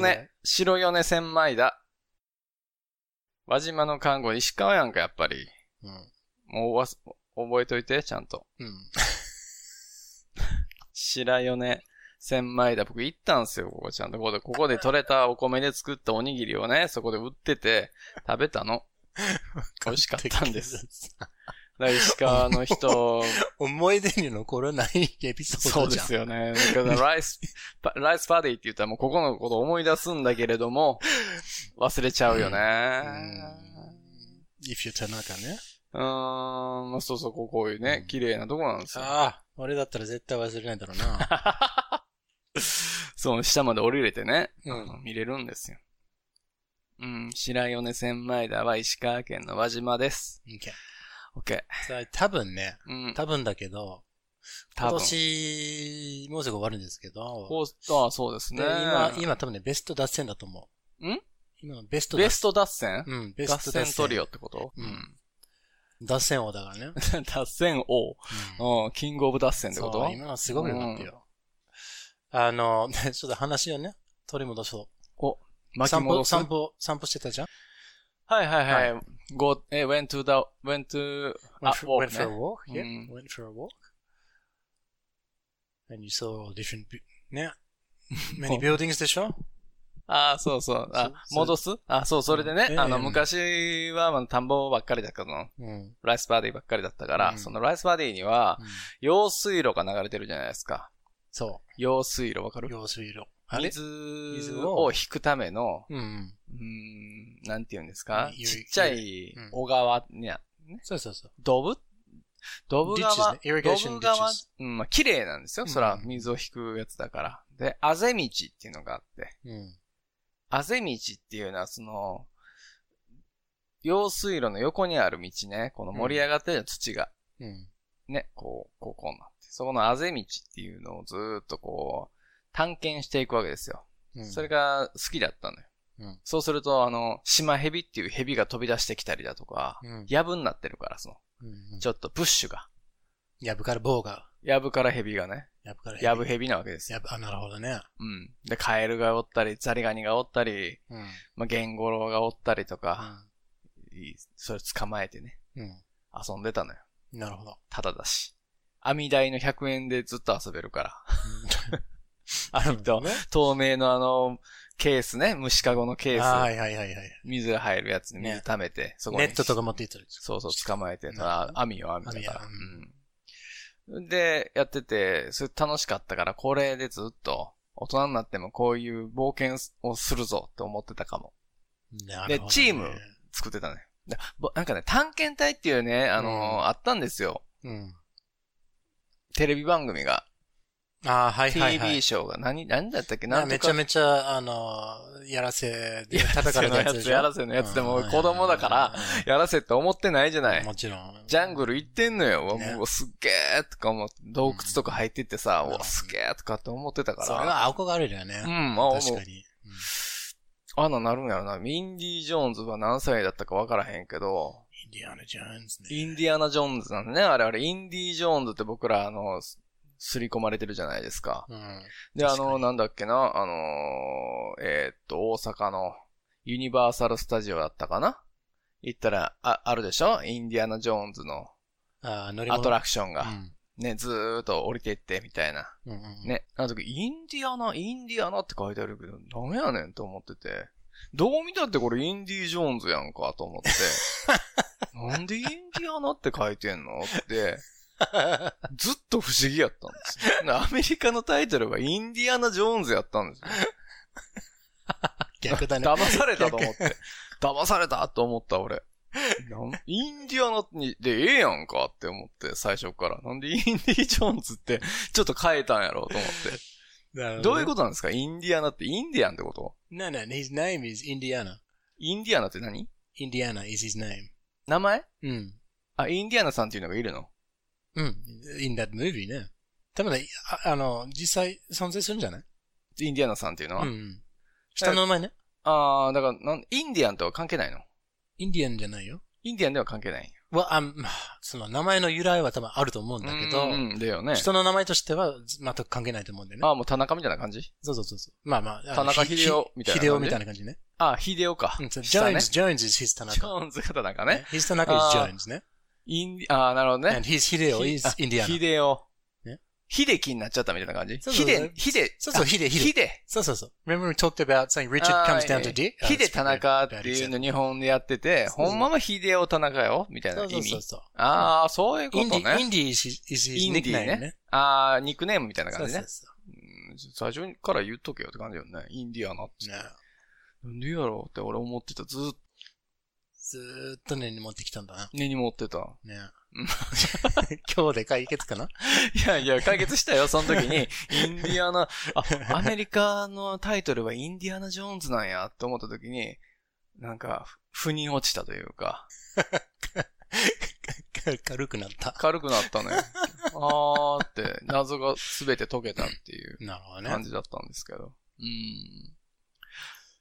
Speaker 1: 米
Speaker 2: ね、
Speaker 1: 白米千枚だ。輪島の看護、石川やんか、やっぱり。
Speaker 2: え。うん。
Speaker 1: もうわす、覚えといて、ちゃんと。
Speaker 2: うん。
Speaker 1: 白米、千枚だ。僕行ったんすよ、ここちゃんと。ここで、ここで取れたお米で作ったおにぎりをね、そこで売ってて、食べたの。美味しかったんです。だから石川の 人、
Speaker 2: 思い出に残らないエピソー
Speaker 1: そうで
Speaker 2: ドじゃん。
Speaker 1: すよね。だからライス、パライスパーティーって言ったらもうここのこと思い出すんだけれども、忘れちゃうよね。
Speaker 2: If you 田中ね。
Speaker 1: うーん、まあそうそう、こうこういうね、綺麗なとこなんですよ。
Speaker 2: ああ、俺だったら絶対忘れないだ ろうな。
Speaker 1: そう、下まで降りれてね、
Speaker 2: うん
Speaker 1: あの見れるんですよ。うん、白米千枚田は石川県の輪島です。
Speaker 2: OK。
Speaker 1: OK。
Speaker 2: さあ、多分ね、
Speaker 1: うん、
Speaker 2: 多分だけど、
Speaker 1: 多
Speaker 2: 今
Speaker 1: 分。
Speaker 2: 年、もうすぐ終わるんですけど、
Speaker 1: こうああ、そうです
Speaker 2: で
Speaker 1: ね。
Speaker 2: 今、今多分ね、ベスト脱線だと思う。
Speaker 1: ん
Speaker 2: 今、ベスト
Speaker 1: ベ
Speaker 2: 脱
Speaker 1: スト脱線、
Speaker 2: うん、ベ
Speaker 1: 脱
Speaker 2: スト脱
Speaker 1: 線
Speaker 2: 線。
Speaker 1: トリオってこと
Speaker 2: うん脱線王だから ね。
Speaker 1: うん脱線王。うん、キングオブ脱線ってこ
Speaker 2: そ
Speaker 1: と
Speaker 2: う今のすごく良かったよ。あの、 ねちょっと話をね、取り戻そう。
Speaker 1: お、巻き
Speaker 2: 散歩、
Speaker 1: 戻す。
Speaker 2: 散歩、散歩してたじゃん
Speaker 1: はいはいはい。go, え、went to the, went to,
Speaker 2: went,
Speaker 1: a walk
Speaker 2: for, went for a
Speaker 1: ね
Speaker 2: walk, yeah.
Speaker 1: Mm.
Speaker 2: Went for a walk. And you saw different, bu- ね。many buildings でしょ
Speaker 1: ああ、そうそう。あ
Speaker 2: そ、そ
Speaker 1: 戻すあ、そう、それでね
Speaker 2: う、ん
Speaker 1: あ
Speaker 2: え
Speaker 1: の、
Speaker 2: え
Speaker 1: 昔は、まあ、田んぼばっかりだったの。
Speaker 2: うん。
Speaker 1: ライスバディばっかりだったから、
Speaker 2: うん
Speaker 1: そのライスバディには、用水路が流れてるじゃないですか。
Speaker 2: そ
Speaker 1: 用水路わか
Speaker 2: う。
Speaker 1: る
Speaker 2: 用水路。あれ
Speaker 1: 水
Speaker 2: 水
Speaker 1: を
Speaker 2: を
Speaker 1: 引くための、
Speaker 2: うん。
Speaker 1: うーん、なんて言うんですか
Speaker 2: ゆ
Speaker 1: ちっちゃい
Speaker 2: うん
Speaker 1: 小川にゃ、
Speaker 2: そうそうそう。
Speaker 1: ドブドブ川、
Speaker 2: ditches ね irrigation
Speaker 1: ドブ川
Speaker 2: ditches、
Speaker 1: うん、まあ、綺麗なんですよ。そら、
Speaker 2: うん
Speaker 1: 水を引くやつだから。で、あぜ道っていうのがあって、
Speaker 2: うん。
Speaker 1: あぜ道っていうのは、その、用水路の横にある道ね、この盛り上がってる土が、
Speaker 2: うん。
Speaker 1: ね、こう、こう、こうなってそこのあぜ道っていうのをずーっとこう、探検していくわけですよ。
Speaker 2: うん
Speaker 1: それが好きだったのよ。
Speaker 2: うん
Speaker 1: そうすると、あの、島蛇っていう蛇が飛び出してきたりだとか、
Speaker 2: うん
Speaker 1: ヤブになってるから、その、
Speaker 2: うんうん
Speaker 1: ちょっとプッシュが。
Speaker 2: やぶから棒が。
Speaker 1: ヤブから蛇がね、
Speaker 2: やぶから
Speaker 1: ヤブ蛇なわけですよ。
Speaker 2: やぶあ、なるほどね。
Speaker 1: うん。で、カエルがおったり、ザリガニがおったり、
Speaker 2: うん。
Speaker 1: まあ、ゲンゴロウがおったりとか、いいそれ捕まえてね、
Speaker 2: うん。
Speaker 1: 遊んでたのよ。
Speaker 2: なるほど。
Speaker 1: ただだし。網台の100円でずっと遊べるから。 あの、
Speaker 2: ね。
Speaker 1: 透明のあの、ケースね、虫かごのケ
Speaker 2: あ
Speaker 1: ー
Speaker 2: は
Speaker 1: ス。
Speaker 2: いはいはいはい。
Speaker 1: 水が入るやつに
Speaker 2: ね
Speaker 1: 水溜めて、そこに。
Speaker 2: ネットとか持っていったりす
Speaker 1: そうそう、捕まえてたら、網を網だか
Speaker 2: 網や
Speaker 1: ら。うん。で、やってて、それ楽しかったから、これでずっと、大人になってもこういう冒険をするぞって思ってたかも。
Speaker 2: る。なるほどね
Speaker 1: でチーム作ってたね。でぼなんかね、探検隊っていうね、あのーあったんですよ。
Speaker 2: うん。
Speaker 1: テレビ番組が。
Speaker 2: ああ、はいはいはい
Speaker 1: TV。ショーが何、何だったっけ
Speaker 2: な
Speaker 1: なんん
Speaker 2: かめ
Speaker 1: と
Speaker 2: ちゃ
Speaker 1: か。
Speaker 2: めちゃ、あの、やらせで叩かれ たやつでしょ。
Speaker 1: やらせのやつやらせのやつでも
Speaker 2: うん
Speaker 1: 子供だからやらせって思ってないじゃな
Speaker 2: うん
Speaker 1: い。
Speaker 2: もちろん。
Speaker 1: ジャングル行ってんのよ。うわ
Speaker 2: ね
Speaker 1: もうすっげーとか思って、洞窟とか入ってってさ、う
Speaker 2: う
Speaker 1: んわ、すげーとかって思ってたから。
Speaker 2: それは憧れるよ
Speaker 1: う
Speaker 2: ね。
Speaker 1: ん、あ、もう
Speaker 2: 確、かに。
Speaker 1: あんななるんやろな。インディ・ジョーンズは何歳だったかわからへんけど、
Speaker 2: インディアナ・ジョーンズね。
Speaker 1: インディアナ・ジョーンズなんでね、あれあれ、インディ・ジョーンズって僕ら、あの、す刷り込まれてるじゃないですか。
Speaker 2: うん。
Speaker 1: で、あ
Speaker 2: 確か
Speaker 1: の、
Speaker 2: に
Speaker 1: なんだっけな、あのー、えーっと、大阪のユニバーサル・スタジオだったかな行ったら、あ、あるでしょインディアナ・ジョーンズの
Speaker 2: ああ、乗り
Speaker 1: ア
Speaker 2: 物。
Speaker 1: トラクション
Speaker 2: う
Speaker 1: が、
Speaker 2: ん
Speaker 1: ね、ずーっと降りてって、みたいな。
Speaker 2: うんうんうん。
Speaker 1: ね、あの時、インディアナ、インディアナって書いてあるけど、ダメやねんと思ってて。どう見たってこれインディ・ジョーンズやんかと思って。なんでインディアナって書いてんのって、ずっと不思議やったんですよ。アメリカのタイトルがインディアナ・ジョーンズやったんですよ。
Speaker 2: 逆だ ね。
Speaker 1: 騙されたと思 って。騙されたと思った俺。なんインディアナにでええやんかって思って、最初から。なんでインディ・ジョーンズってちょっと変えたんやろうと思って。どういう
Speaker 2: こ
Speaker 1: ことなんですかインディアナってインディアンってこと
Speaker 2: to ?No, no, his name is Indiana.
Speaker 1: インディアナって何
Speaker 2: Indiana is his name.
Speaker 1: 名前
Speaker 2: うん。
Speaker 1: あ、インディアナさんっていうのがいるの
Speaker 2: うん。in that movie ね。多分ね、ああの、実際存在するんじゃない
Speaker 1: インディアナさんっていうの
Speaker 2: う
Speaker 1: は、
Speaker 2: ん。下の名前ね。
Speaker 1: ああ、だからなん、インディアンとは関係ないの
Speaker 2: インディアンじゃないよ。
Speaker 1: インディアンでは関係ないんや
Speaker 2: は、あ、まあその名前の由来は多分あると思うんだけ
Speaker 1: う
Speaker 2: ど、
Speaker 1: ん、だよね。
Speaker 2: 人の名前としては全く関係ないと思うんだよね。
Speaker 1: ああ、もう田中みたいな感じ
Speaker 2: そうそうそうそう。まあまああの、
Speaker 1: 田中
Speaker 2: ひ
Speaker 1: 秀夫みたいな感じ
Speaker 2: 秀夫みたいな感じね。
Speaker 1: ああ、ヒデオか。
Speaker 2: うん、そうジョ
Speaker 1: 下
Speaker 2: ー
Speaker 1: ね
Speaker 2: ンズ、ジョーンズ is his 田
Speaker 1: ジョ
Speaker 2: 中。
Speaker 1: ーンズが田中ね。
Speaker 2: his 田中 is
Speaker 1: あー
Speaker 2: ジョーンズね。
Speaker 1: インディ、ああ、なるほどね。
Speaker 2: and his 秀夫 is
Speaker 1: あ
Speaker 2: Indiana
Speaker 1: ヒ。デオ
Speaker 2: ね。
Speaker 1: ヒデキになっちゃったみたいな感じ
Speaker 2: そうそ
Speaker 1: ヒ
Speaker 2: うそう
Speaker 1: デ、ヒデ、
Speaker 2: そうそう、ヒデ、ヒデ。
Speaker 1: ヒデ。
Speaker 2: そうそうそう。Remember we talked about saying Richard
Speaker 1: あー
Speaker 2: comes down to D?
Speaker 1: えーヒデ田中っていうの日本でやってて、
Speaker 2: そうそう
Speaker 1: ほんまはヒデオ田中よみたいな
Speaker 2: そう
Speaker 1: 意
Speaker 2: そう
Speaker 1: 味
Speaker 2: そう。そう。
Speaker 1: ああ、そういうこ
Speaker 2: イ
Speaker 1: と
Speaker 2: ンディ、イ
Speaker 1: ね。
Speaker 2: ンディ is his- is his
Speaker 1: インディ
Speaker 2: nickname
Speaker 1: ね
Speaker 2: ね。
Speaker 1: ああ、ニックネームみたいな
Speaker 2: そ
Speaker 1: 感
Speaker 2: う
Speaker 1: じ
Speaker 2: そう
Speaker 1: ね。
Speaker 2: そ
Speaker 1: うん最初から言っとけよって感じよね。インディアナって。
Speaker 2: う。ね
Speaker 1: なんでやろうって俺思ってた。ずーっと
Speaker 2: ずーっと根に持ってきたんだな。
Speaker 1: 根に持ってた。
Speaker 2: ね
Speaker 1: うん
Speaker 2: 今日で解決かない
Speaker 1: やい や、解決したよ、その時に。インディア ナ、あ、アメリカのタイトルはインディアナ・ジョーンズなんやって思った時に、なんか、ふ腑に落ちたというか、
Speaker 2: 軽くなった。
Speaker 1: 軽くなったのよ。あーって、謎が全て解けたっていう
Speaker 2: なるほどね。
Speaker 1: 感じだったんですけど。うん。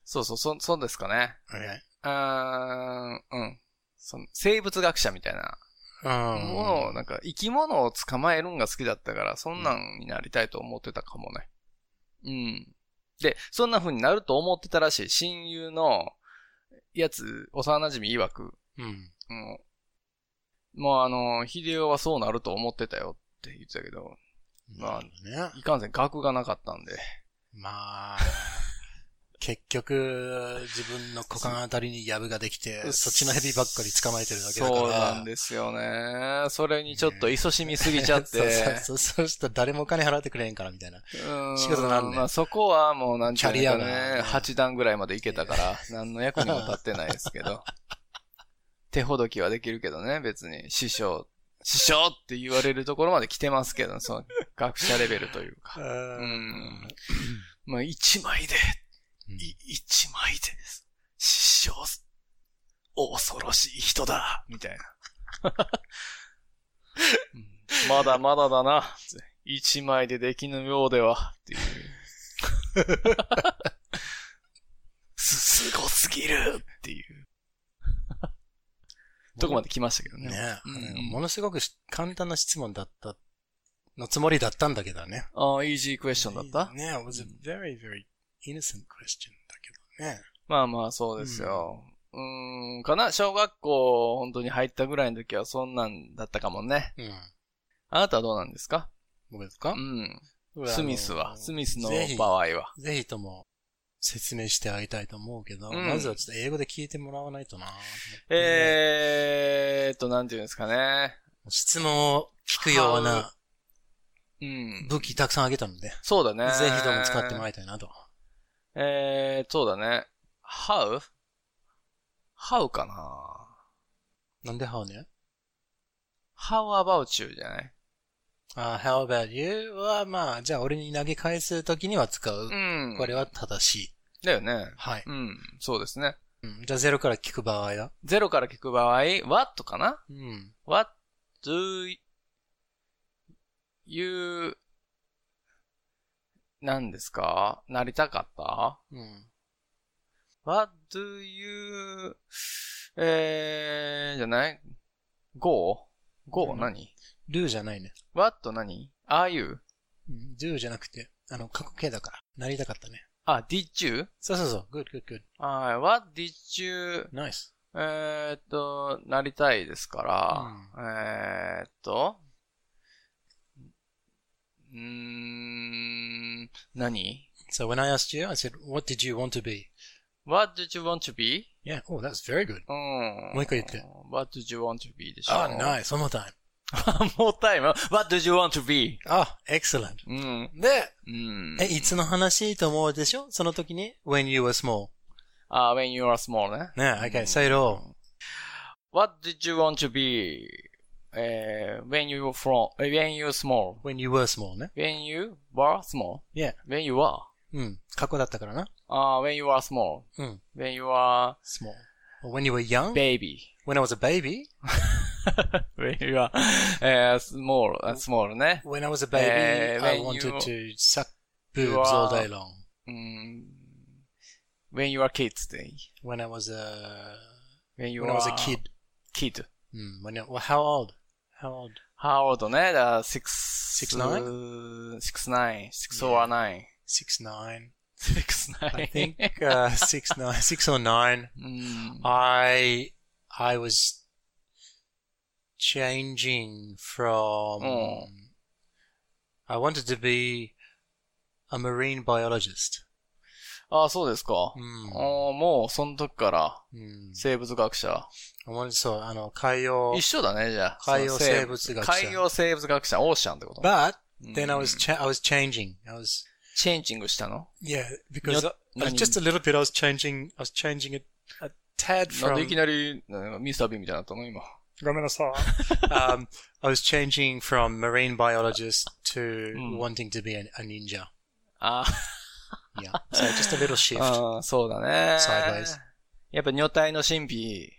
Speaker 1: そうそう、そ、そうですかね。
Speaker 2: Okay
Speaker 1: うーん、うん。その生物学者みたいな
Speaker 2: うん
Speaker 1: ものを、なんか生き物を捕まえるんが好きだったから、そんなんになりたいと思ってたかもね。うん。で、そんな風になると思ってたらしい。親友のやつ、幼馴染み曰く、
Speaker 2: うん。
Speaker 1: うん。もうあの、秀夫はそうなると思ってたよって言ってたけど、まあ
Speaker 2: ね。
Speaker 1: いかんせん学がなかったんで。
Speaker 2: まあ、結局、自分の股間あたりにヤブができて、そっちのヘビばっかり捕まえてるだけだから。
Speaker 1: そうなんですよね。それにちょっと勤しみすぎちゃって。
Speaker 2: そうそうそう。そうしたら誰もお金払ってくれへんからみたいな。
Speaker 1: うん
Speaker 2: 仕事なんで
Speaker 1: まあそこはもうなんちゃう
Speaker 2: キャ
Speaker 1: か
Speaker 2: リア
Speaker 1: ね、
Speaker 2: が
Speaker 1: 8段ぐらいまでいけたから、何の役にも立ってないですけど。 手ほどきはできるけどね、別に。師匠、師匠って言われるところまで来てますけど、その学者レベルというか。うん。まあ一枚で、
Speaker 2: うん
Speaker 1: い一枚で、師匠、恐ろしい人だ、みたいな。うんまだまだだな。一枚でできぬようでは。って いう。
Speaker 2: す、すごすぎる
Speaker 1: っていう。とこまで来ましたけどね。
Speaker 2: ね
Speaker 1: うん
Speaker 2: ものすごくし簡単な質問だった、のつもりだったんだけどね。
Speaker 1: ああ、イージークエスチョンだった
Speaker 2: ね it was a very, very innocent question だけどね。
Speaker 1: まあまあ、そうですよ。うーん、かな小学校、本当に入ったぐらいの時はそんなんだったかもね。
Speaker 2: うん。
Speaker 1: あなたはどうなんですか
Speaker 2: 僕ですか
Speaker 1: うん。
Speaker 2: これあの
Speaker 1: スミスは、スミスの
Speaker 2: ぜひ
Speaker 1: 場合は。
Speaker 2: ぜひとも説明してあげたいと思うけど、
Speaker 1: うん
Speaker 2: まずはちょっと英語で聞いてもらわないとなと思って
Speaker 1: えーっと、なんていうんですかね。
Speaker 2: 質問を聞くような
Speaker 1: うん。
Speaker 2: 武器たくさんあげたので、
Speaker 1: そうだね。
Speaker 2: ぜひとも使っても
Speaker 1: い。
Speaker 2: らいたいなと。
Speaker 1: えー、そうだね。how? how かな
Speaker 2: なんで how ね
Speaker 1: how about you じゃない
Speaker 2: あ how about you? は、まあ、じゃあ俺に投げ返すときには使う
Speaker 1: う。ん。
Speaker 2: これは正しい。
Speaker 1: だよね。
Speaker 2: はい。
Speaker 1: うん。そうですね。
Speaker 2: うんじゃあゼロから聞く場合は
Speaker 1: ゼロから聞く場合、what かな
Speaker 2: うん。
Speaker 1: What do you 何ですかなりたかった
Speaker 2: うん。
Speaker 1: ?What do you えー、じゃない ?go?go
Speaker 2: うん
Speaker 1: 何
Speaker 2: do じゃないね。
Speaker 1: ?what 何 ?are you?
Speaker 2: うん do じゃなくて、あの、過去形だから。なりたかったね。
Speaker 1: あ、did you?
Speaker 2: そうそうそう。good, good, good.
Speaker 1: はい。What did you,
Speaker 2: nice.
Speaker 1: えーっと、なりたいですから、えーっと、うーん、何
Speaker 2: So when I asked you, I said, what did you want to be?
Speaker 1: What did you want to be?
Speaker 2: Yeah, oh, that's very good.
Speaker 1: うん。
Speaker 2: もう一回言って。
Speaker 1: What did you want to be でしょ。
Speaker 2: Ah, nice. One more time.
Speaker 1: もうタイム。What did you want to be?
Speaker 2: Ah, excellent.
Speaker 1: うん。
Speaker 2: で、
Speaker 1: うん。
Speaker 2: え、いつの話と思うでしょその時に when you were small.
Speaker 1: あ、when you are small ね。
Speaker 2: ね、okay, say it all.
Speaker 1: What did you want to be? えー when you were from, when you were small.
Speaker 2: when you were small ね。
Speaker 1: When you were small.
Speaker 2: Yeah.
Speaker 1: When you were.
Speaker 2: うん。過去だったからな。
Speaker 1: あ、when you were small.
Speaker 2: うん。
Speaker 1: When you are
Speaker 2: small. When you were young?
Speaker 1: baby.
Speaker 2: When I was a baby?
Speaker 1: when you are, えー small, small ね。
Speaker 2: When I was a baby,
Speaker 1: Eh,
Speaker 2: I
Speaker 1: when
Speaker 2: wanted to suck
Speaker 1: you
Speaker 2: boobs all
Speaker 1: are-
Speaker 2: day long.
Speaker 1: うん。when you are kids でいい。
Speaker 2: When I was a...
Speaker 1: when you
Speaker 2: When I was a
Speaker 1: are
Speaker 2: kid.
Speaker 1: kid.
Speaker 2: うん。When Hmm, I... well, how old? How old?
Speaker 1: ハー d ドね、だから、six,
Speaker 2: Six
Speaker 1: nine? six nine, six or nine.
Speaker 2: Six, nine.
Speaker 1: six nine.
Speaker 2: I think uh, six, nine, six or nine.
Speaker 1: うん。
Speaker 2: I I was changing from
Speaker 1: Oh.
Speaker 2: I wanted to be a marine biologist. Hmm,
Speaker 1: ああ、そうですか。
Speaker 2: うん
Speaker 1: あーもう、その時から、
Speaker 2: うん
Speaker 1: 生物学者。
Speaker 2: hmm. I wanted そうあの海洋
Speaker 1: 一緒だね、じゃあ。
Speaker 2: 海洋生物学者
Speaker 1: 海洋生物学者、オーシャンってこと。
Speaker 2: But
Speaker 1: うん
Speaker 2: then I was cha- I was changing. I was
Speaker 1: チェンジングしたの
Speaker 2: yeah because
Speaker 1: Not-
Speaker 2: I- I was just a little bit. I was changing. I was changing it a tad
Speaker 1: なん
Speaker 2: from.
Speaker 1: でいきなり、なんかミスタービーみたいになったの今。
Speaker 2: um, I was changing from marine biologist to
Speaker 1: Mm.
Speaker 2: wanting to be an, a ninja.
Speaker 1: あー
Speaker 2: Yeah. So just a little shift.
Speaker 1: あー、そうだね。
Speaker 2: Sideways
Speaker 1: やっぱ女体の神秘、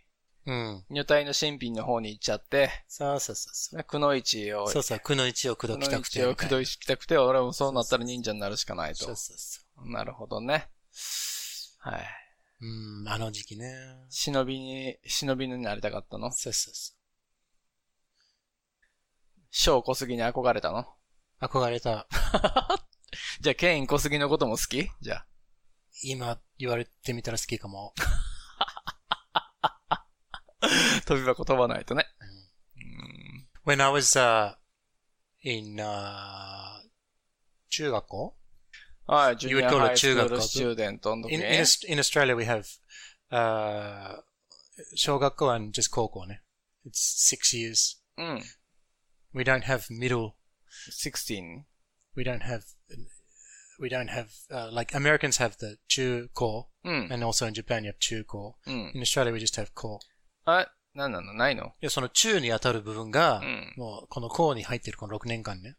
Speaker 2: うん。
Speaker 1: 女体の神秘の方に行っちゃって、
Speaker 2: そうそうそうそう。
Speaker 1: くのいちを
Speaker 2: そうそう、くの一を口
Speaker 1: こ
Speaker 2: 説きた
Speaker 1: の
Speaker 2: く
Speaker 1: 一
Speaker 2: て
Speaker 1: 応、
Speaker 2: み
Speaker 1: く
Speaker 2: たい
Speaker 1: ど
Speaker 2: な。
Speaker 1: いしたくて、俺もそうなったら忍者になるしかない
Speaker 2: そ
Speaker 1: と
Speaker 2: う。そうそ
Speaker 1: なるほどね。はい。
Speaker 2: う。うん、あの時期ね。
Speaker 1: 忍びに、忍びになりたかったの
Speaker 2: そうそうそ
Speaker 1: 翔小杉に憧れたの
Speaker 2: う。憧れた。
Speaker 1: じゃあ、ケイン小杉のことも好きじゃあ。
Speaker 2: 今言われてみたら好きか も。
Speaker 1: 飛び箱飛ばないとね。
Speaker 2: When I was, uh, in, uh, 中学校
Speaker 1: はい、ジュニア
Speaker 2: You would call it
Speaker 1: ハイスクー
Speaker 2: 中学
Speaker 1: ル
Speaker 2: 校
Speaker 1: スチューデントの時
Speaker 2: in, in, Aus- in Australia we have, uh, 小学校 and just 高校ね。It's six years.
Speaker 1: うん。
Speaker 2: We don't have middle.
Speaker 1: 16。
Speaker 2: We don't have, we don't have, uh, like Americans have the 中高
Speaker 1: うん。
Speaker 2: and also in Japan you have 中高。
Speaker 1: うん。
Speaker 2: In Australia, we just have core.
Speaker 1: あ、なんなのないの
Speaker 2: いや、その中に当たる部分が、
Speaker 1: うん
Speaker 2: もうこの core に入ってるこの6年間ね。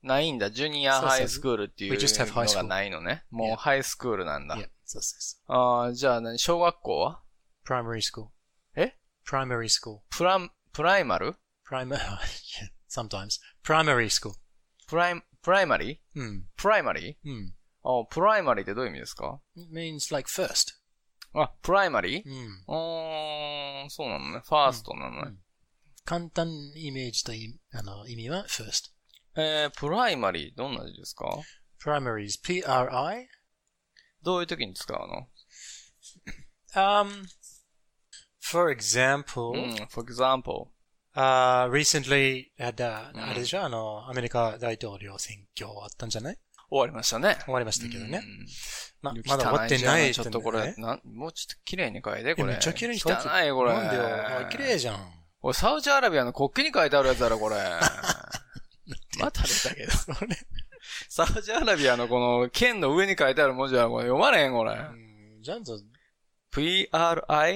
Speaker 1: ないんだ。ジュニア
Speaker 2: そうそう
Speaker 1: ハイスクールっていう
Speaker 2: We just have high
Speaker 1: の
Speaker 2: school.
Speaker 1: がないのね。もう
Speaker 2: Yeah.
Speaker 1: ハイスクールなんだ
Speaker 2: い。や、そうそうそ
Speaker 1: ああ、じゃあ何小学校は
Speaker 2: う。primary school.
Speaker 1: え
Speaker 2: ?primary school.
Speaker 1: プラン、プライマル
Speaker 2: primary, sometimes. Primary school.
Speaker 1: プライム、プライマリー
Speaker 2: Hmm.
Speaker 1: プライマリー
Speaker 2: Hmm.
Speaker 1: あプライマリーってどういう意味ですか
Speaker 2: It means like first.
Speaker 1: あ、プライマリー
Speaker 2: Hmm.
Speaker 1: うーん、そうなのね。ファーストなのね。
Speaker 2: うん簡単イメージといあの意味は first.
Speaker 1: えー、プライマリーどんな字ですか
Speaker 2: Primary is P-R-I.
Speaker 1: どういう時に使うの
Speaker 2: Um, for example,
Speaker 1: うん、for example.
Speaker 2: uh, recently had, uh,
Speaker 1: うん
Speaker 2: あれでしょあの、アメリカ大統領選挙あったんじゃない
Speaker 1: 終わりましたね。
Speaker 2: 終わりましたけど
Speaker 1: う
Speaker 2: ね。
Speaker 1: ん
Speaker 2: ま
Speaker 1: Hmm。汚い
Speaker 2: まだ終わってない
Speaker 1: じゃんちょっとこ
Speaker 2: って
Speaker 1: れ
Speaker 2: ね、
Speaker 1: なんもうちょっと綺麗に書いて、こ
Speaker 2: い
Speaker 1: れ。
Speaker 2: やめっちゃ綺麗に
Speaker 1: 書
Speaker 2: 書
Speaker 1: い
Speaker 2: い
Speaker 1: て
Speaker 2: て
Speaker 1: 汚い、これ。
Speaker 2: なんでよあ綺麗じゃん。
Speaker 1: おい、サウジアラビアの国旗に書いてあるやつだろ、これ。また出たけど。サウジアラビアのこの、剣の上に書いてある文字はこれ読まれへん、これ。
Speaker 2: うんちゃんと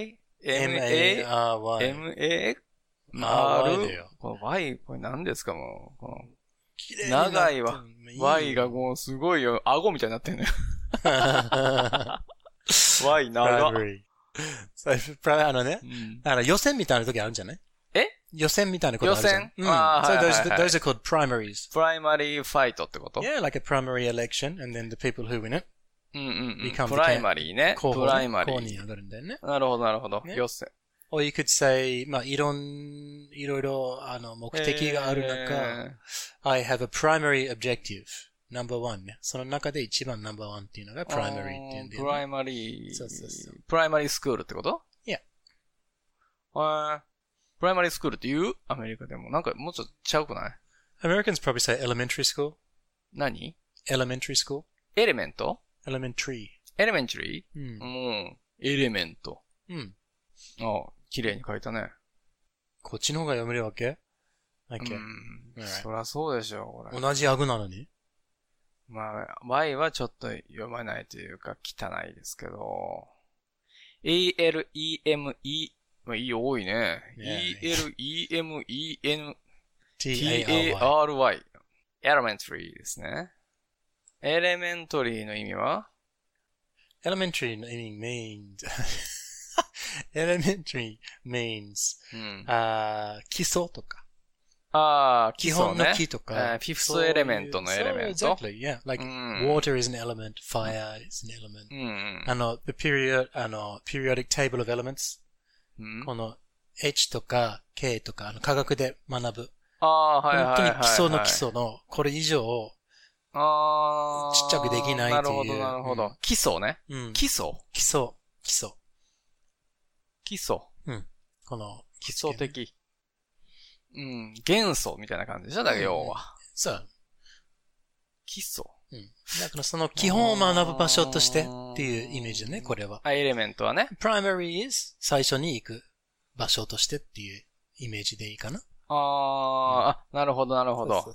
Speaker 1: p-r-i-m-a-m-a-r-r
Speaker 2: M-A-R-Y。R だよ
Speaker 1: この y、これ何ですか、もう。この
Speaker 2: 綺麗になって
Speaker 1: 長いわ
Speaker 2: い
Speaker 1: y がもうすごいよ、顎みたいになってんのよ。y 長っ。
Speaker 2: Primary そうプラあのね
Speaker 1: う、ん
Speaker 2: あの予選みたいな時あるんじゃない
Speaker 1: え
Speaker 2: 予選みたいなことあるじゃん。
Speaker 1: 予選
Speaker 2: うん
Speaker 1: あー
Speaker 2: So
Speaker 1: はいはい Oh.
Speaker 2: those,
Speaker 1: はい
Speaker 2: those are called primaries.
Speaker 1: プライマリーファイトってこと、
Speaker 2: Yeah, like a primary election, and then the people who win it
Speaker 1: うんうんうん。
Speaker 2: become
Speaker 1: プライマリーね。
Speaker 2: 候
Speaker 1: プ
Speaker 2: 補
Speaker 1: ライマリ
Speaker 2: 候補に
Speaker 1: ー。
Speaker 2: 上がるんだよね。
Speaker 1: なるほど、なるほど。
Speaker 2: ね
Speaker 1: よっせ。
Speaker 2: Or you could say, まあ、いろん、いろいろ、あの、目的がある中、
Speaker 1: え
Speaker 2: I have a primary objective, number one ね。その中で一番 number one っていうのが
Speaker 1: ー
Speaker 2: primary っていうんだ
Speaker 1: プラ
Speaker 2: よ
Speaker 1: イ
Speaker 2: ね。
Speaker 1: マリー。
Speaker 2: そうそうそう
Speaker 1: プライマリースクールってこと
Speaker 2: Yeah
Speaker 1: えープライマリースクールって言うアメリカでも。なんかもうちょっとちゃうくない
Speaker 2: Americans probably say elementary school,
Speaker 1: 何
Speaker 2: elementary school,
Speaker 1: エレメント
Speaker 2: elementary. Hmm.
Speaker 1: エレメンチュリ
Speaker 2: う
Speaker 1: ーう。
Speaker 2: ん
Speaker 1: ん。エレメント。
Speaker 2: うん。
Speaker 1: ああ綺麗に書いたね。
Speaker 2: こっちの方が読めるわけ
Speaker 1: う
Speaker 2: ?Okay.
Speaker 1: ん。
Speaker 2: Alright
Speaker 1: そりゃそうでしょう、これ。
Speaker 2: 同じアグなのに
Speaker 1: まあ、Y はちょっと読まないというか汚いですけど、EL、EM、E、まあ、E 多いね。
Speaker 2: ね
Speaker 1: EL、EM、EN、
Speaker 2: ?T-A-R-Y。
Speaker 1: T-A-R-Y。elementary ですね。エレメントリーの意味は
Speaker 2: elementary の意味 means, elementary means,
Speaker 1: うん。
Speaker 2: あー基礎とか。
Speaker 1: ああ、
Speaker 2: 基本の木と
Speaker 1: えー
Speaker 2: か。
Speaker 1: フィフ
Speaker 2: そ
Speaker 1: ス
Speaker 2: ういう
Speaker 1: エレメントのエレメン
Speaker 2: そう
Speaker 1: ト。
Speaker 2: exactly, yeah. Like,
Speaker 1: うん
Speaker 2: water is an element, fire is an
Speaker 1: う
Speaker 2: element.
Speaker 1: んうん
Speaker 2: あの、the period, あの、periodic table of elements.
Speaker 1: うん。
Speaker 2: この H とか K とか、あの、科学で学ぶ。
Speaker 1: ああ、はいはい
Speaker 2: 本
Speaker 1: はいは
Speaker 2: 当
Speaker 1: い。
Speaker 2: に基礎の基礎の、これ以上、
Speaker 1: ああ。
Speaker 2: ちっちゃくできない
Speaker 1: な
Speaker 2: っ
Speaker 1: る
Speaker 2: ていう
Speaker 1: ほど、なるほ
Speaker 2: う
Speaker 1: ど。基礎ね。
Speaker 2: うん、
Speaker 1: 基礎
Speaker 2: 基礎、基礎。
Speaker 1: 基礎。
Speaker 2: この、
Speaker 1: 基礎的。うん。元素みたいな感じでしょだから要は。
Speaker 2: そう。
Speaker 1: 基礎。
Speaker 2: だからその基本を学ぶ場所としてっていうイメージだね、これは。
Speaker 1: あ、エレメントはね。
Speaker 2: primary is 最初に行く場所としてっていうイメージでいいかな。
Speaker 1: あー、あ、なるほど、なるほ
Speaker 2: そ
Speaker 1: ど
Speaker 2: う。そ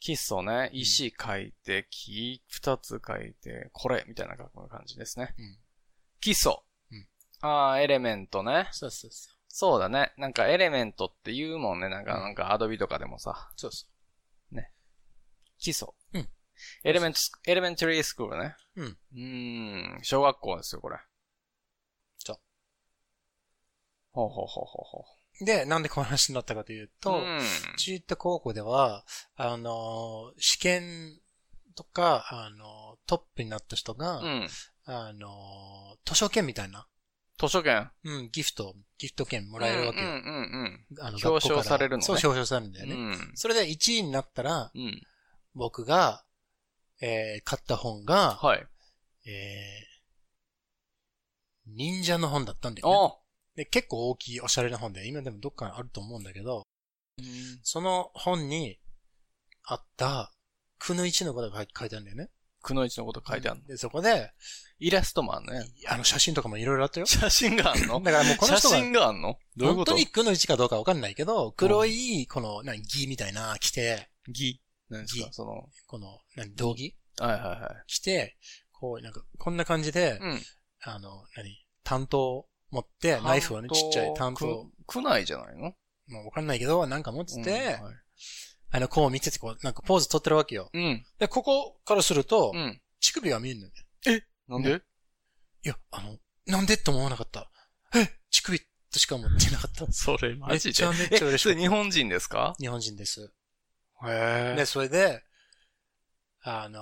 Speaker 1: 基礎ね。石書いて、木二つ書いて、これ、みたいな感じですね
Speaker 2: うん。
Speaker 1: 基礎
Speaker 2: うん。
Speaker 1: あー、エレメントね。
Speaker 2: うそうそうそ
Speaker 1: そうだね。なんかエレメントって言うもんね。なんか、なんかアドビとかでもさ。
Speaker 2: う。そうそ
Speaker 1: 基礎。
Speaker 2: うん。
Speaker 1: エレメント、エレメントリースクールね。
Speaker 2: うん
Speaker 1: うーん。小学校ですよ、これ。
Speaker 2: そう。
Speaker 1: ほうほうほうほうほ
Speaker 2: う。で、なんでこの話になったかという
Speaker 1: う。
Speaker 2: と、
Speaker 1: うん。
Speaker 2: 中途高校では、あの、試験とか、あの、トップになった人が、
Speaker 1: うん。
Speaker 2: あの、図書券みたいな、
Speaker 1: 図書券。
Speaker 2: うん、ギフト、ギフト券もらえるわけよ。
Speaker 1: うんうん
Speaker 2: あの
Speaker 1: 表彰
Speaker 2: 学校から
Speaker 1: されるのね
Speaker 2: そう、表彰されるんだ
Speaker 1: う
Speaker 2: よ
Speaker 1: ん。う
Speaker 2: ね。
Speaker 1: ん。
Speaker 2: それで1位になったら、
Speaker 1: うん。
Speaker 2: 僕が、えー、買った本が、
Speaker 1: はい。
Speaker 2: えー、忍者の本だったんだよね。
Speaker 1: お
Speaker 2: で、結構大きいおしゃれな本で、今でもどっかにあると思うんだけど、その本にあった、くぬいちのことが書い書いてあるんだよね。
Speaker 1: くのいちのこと書いてあるの。
Speaker 2: で、そこで、
Speaker 1: イラストマンね。
Speaker 2: あの、写真とかもいろいろあったよ。
Speaker 1: 写真があん
Speaker 2: だ
Speaker 1: の
Speaker 2: からもうこの
Speaker 1: 写
Speaker 2: 人が、
Speaker 1: 真があんのどういうこ
Speaker 2: 本
Speaker 1: と
Speaker 2: 当にくのいちかどうかわかんないけど、黒い、この、な、ギみたいな、着て、
Speaker 1: ぎ。何ですか
Speaker 2: ぎ
Speaker 1: その、
Speaker 2: この、な、道着
Speaker 1: はいは
Speaker 2: 着て、こう、なんか、こんな感じで
Speaker 1: い、はい。うん。
Speaker 2: あの、何担当を持って、ナイフをね、ちっちゃい担当を、
Speaker 1: く。くないじゃないの
Speaker 2: まあ、わかんないけど、なんか持ってて、
Speaker 1: うんはい
Speaker 2: あの、こう見てて、こう、なんかポーズ取ってるわけよ。
Speaker 1: うん。
Speaker 2: で、ここからすると、
Speaker 1: うん。
Speaker 2: 乳首が見えるのよね。
Speaker 1: なんで
Speaker 2: いや、あの、なんでって思わなかった。え乳首っとしか思ってなかったんです。
Speaker 1: それ マジで。
Speaker 2: めちゃめち
Speaker 1: え
Speaker 2: ゃ嬉しかった
Speaker 1: それ日本人ですか
Speaker 2: 日本人です。
Speaker 1: へ
Speaker 2: で、それで、あの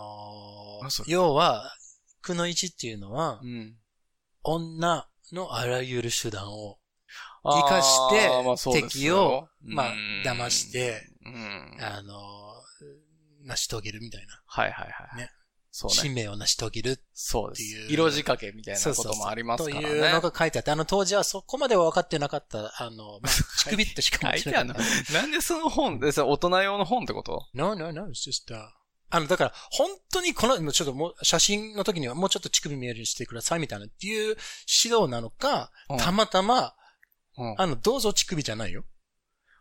Speaker 2: ー
Speaker 1: あそう
Speaker 2: 要は、くの一っていうのは、
Speaker 1: うん。
Speaker 2: 女のあらゆる手段を、生かして
Speaker 1: あーまあそうです
Speaker 2: 敵
Speaker 1: よ
Speaker 2: を、まあ
Speaker 1: うん、
Speaker 2: 騙して、
Speaker 1: うん。はい
Speaker 2: あのー成し遂げるみたいな。
Speaker 1: はいはい。
Speaker 2: ね
Speaker 1: そう
Speaker 2: 使
Speaker 1: ね。
Speaker 2: 命を成し遂げる。
Speaker 1: そうで
Speaker 2: ってい
Speaker 1: す。
Speaker 2: う
Speaker 1: 色仕掛けみたいな
Speaker 2: そう
Speaker 1: こ
Speaker 2: そう
Speaker 1: ともありますからね。
Speaker 2: というのが書いてあって、あの当時はそこまでは分かってなかった、あ の、まあ、乳首ってしか思ってなかった。
Speaker 1: なんでその本、でそれ大人用の本ってこと
Speaker 2: No, no, no, it's just, uh, あの、だから、本当にこの、もうちょっともう、写真の時にはもうちょっと乳首見えるようにしてくださいみたいなっていう指導なのか、
Speaker 1: うん
Speaker 2: たまたま、
Speaker 1: うん
Speaker 2: あの、どうぞ乳首じゃないよ。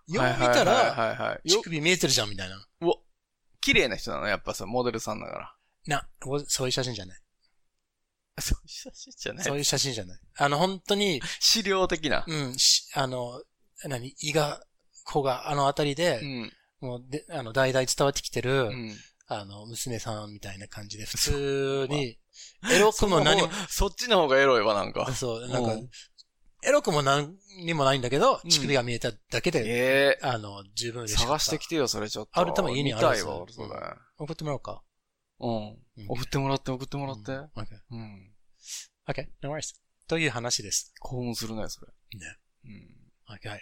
Speaker 2: よう
Speaker 1: はい
Speaker 2: 見
Speaker 1: はいは
Speaker 2: たら、
Speaker 1: いはいはい
Speaker 2: 乳
Speaker 1: よ
Speaker 2: 首見えてるじゃんみたいな。
Speaker 1: うわ綺麗な人なのやっぱさ、モデルさんだから。
Speaker 2: な、おそういう写真じゃない。
Speaker 1: そういう写真じゃな
Speaker 2: そう
Speaker 1: い。
Speaker 2: いう写真じゃない。あの、本当に、
Speaker 1: 資料的な。
Speaker 2: うん、しあの、何、胃が、子が、あのあたりで、
Speaker 1: ん。
Speaker 2: もう、で、あの、代々伝わってきてる、
Speaker 1: うん。
Speaker 2: あの、娘さんみたいな感じで、普通に、エロくも何も、
Speaker 1: そっちの方がエロいわ、なんか。
Speaker 2: そう、なんか
Speaker 1: うん、
Speaker 2: エロくもなんにもないんだけど、
Speaker 1: うん
Speaker 2: 乳首が見えただけで、
Speaker 1: ええ
Speaker 2: あの、十分嬉しかった
Speaker 1: 探してきてよ、それちょっと。
Speaker 2: ある多分家にある
Speaker 1: 見たいわ、
Speaker 2: は
Speaker 1: 俺
Speaker 2: ず
Speaker 1: それ。
Speaker 2: 送ってもらおうか。
Speaker 1: うん。送ってもらって、送ってもらって。
Speaker 2: OK。
Speaker 1: うん。
Speaker 2: OK。No worries. という話です。
Speaker 1: 興奮するね、それ。
Speaker 2: ね。
Speaker 1: うん。
Speaker 2: OK。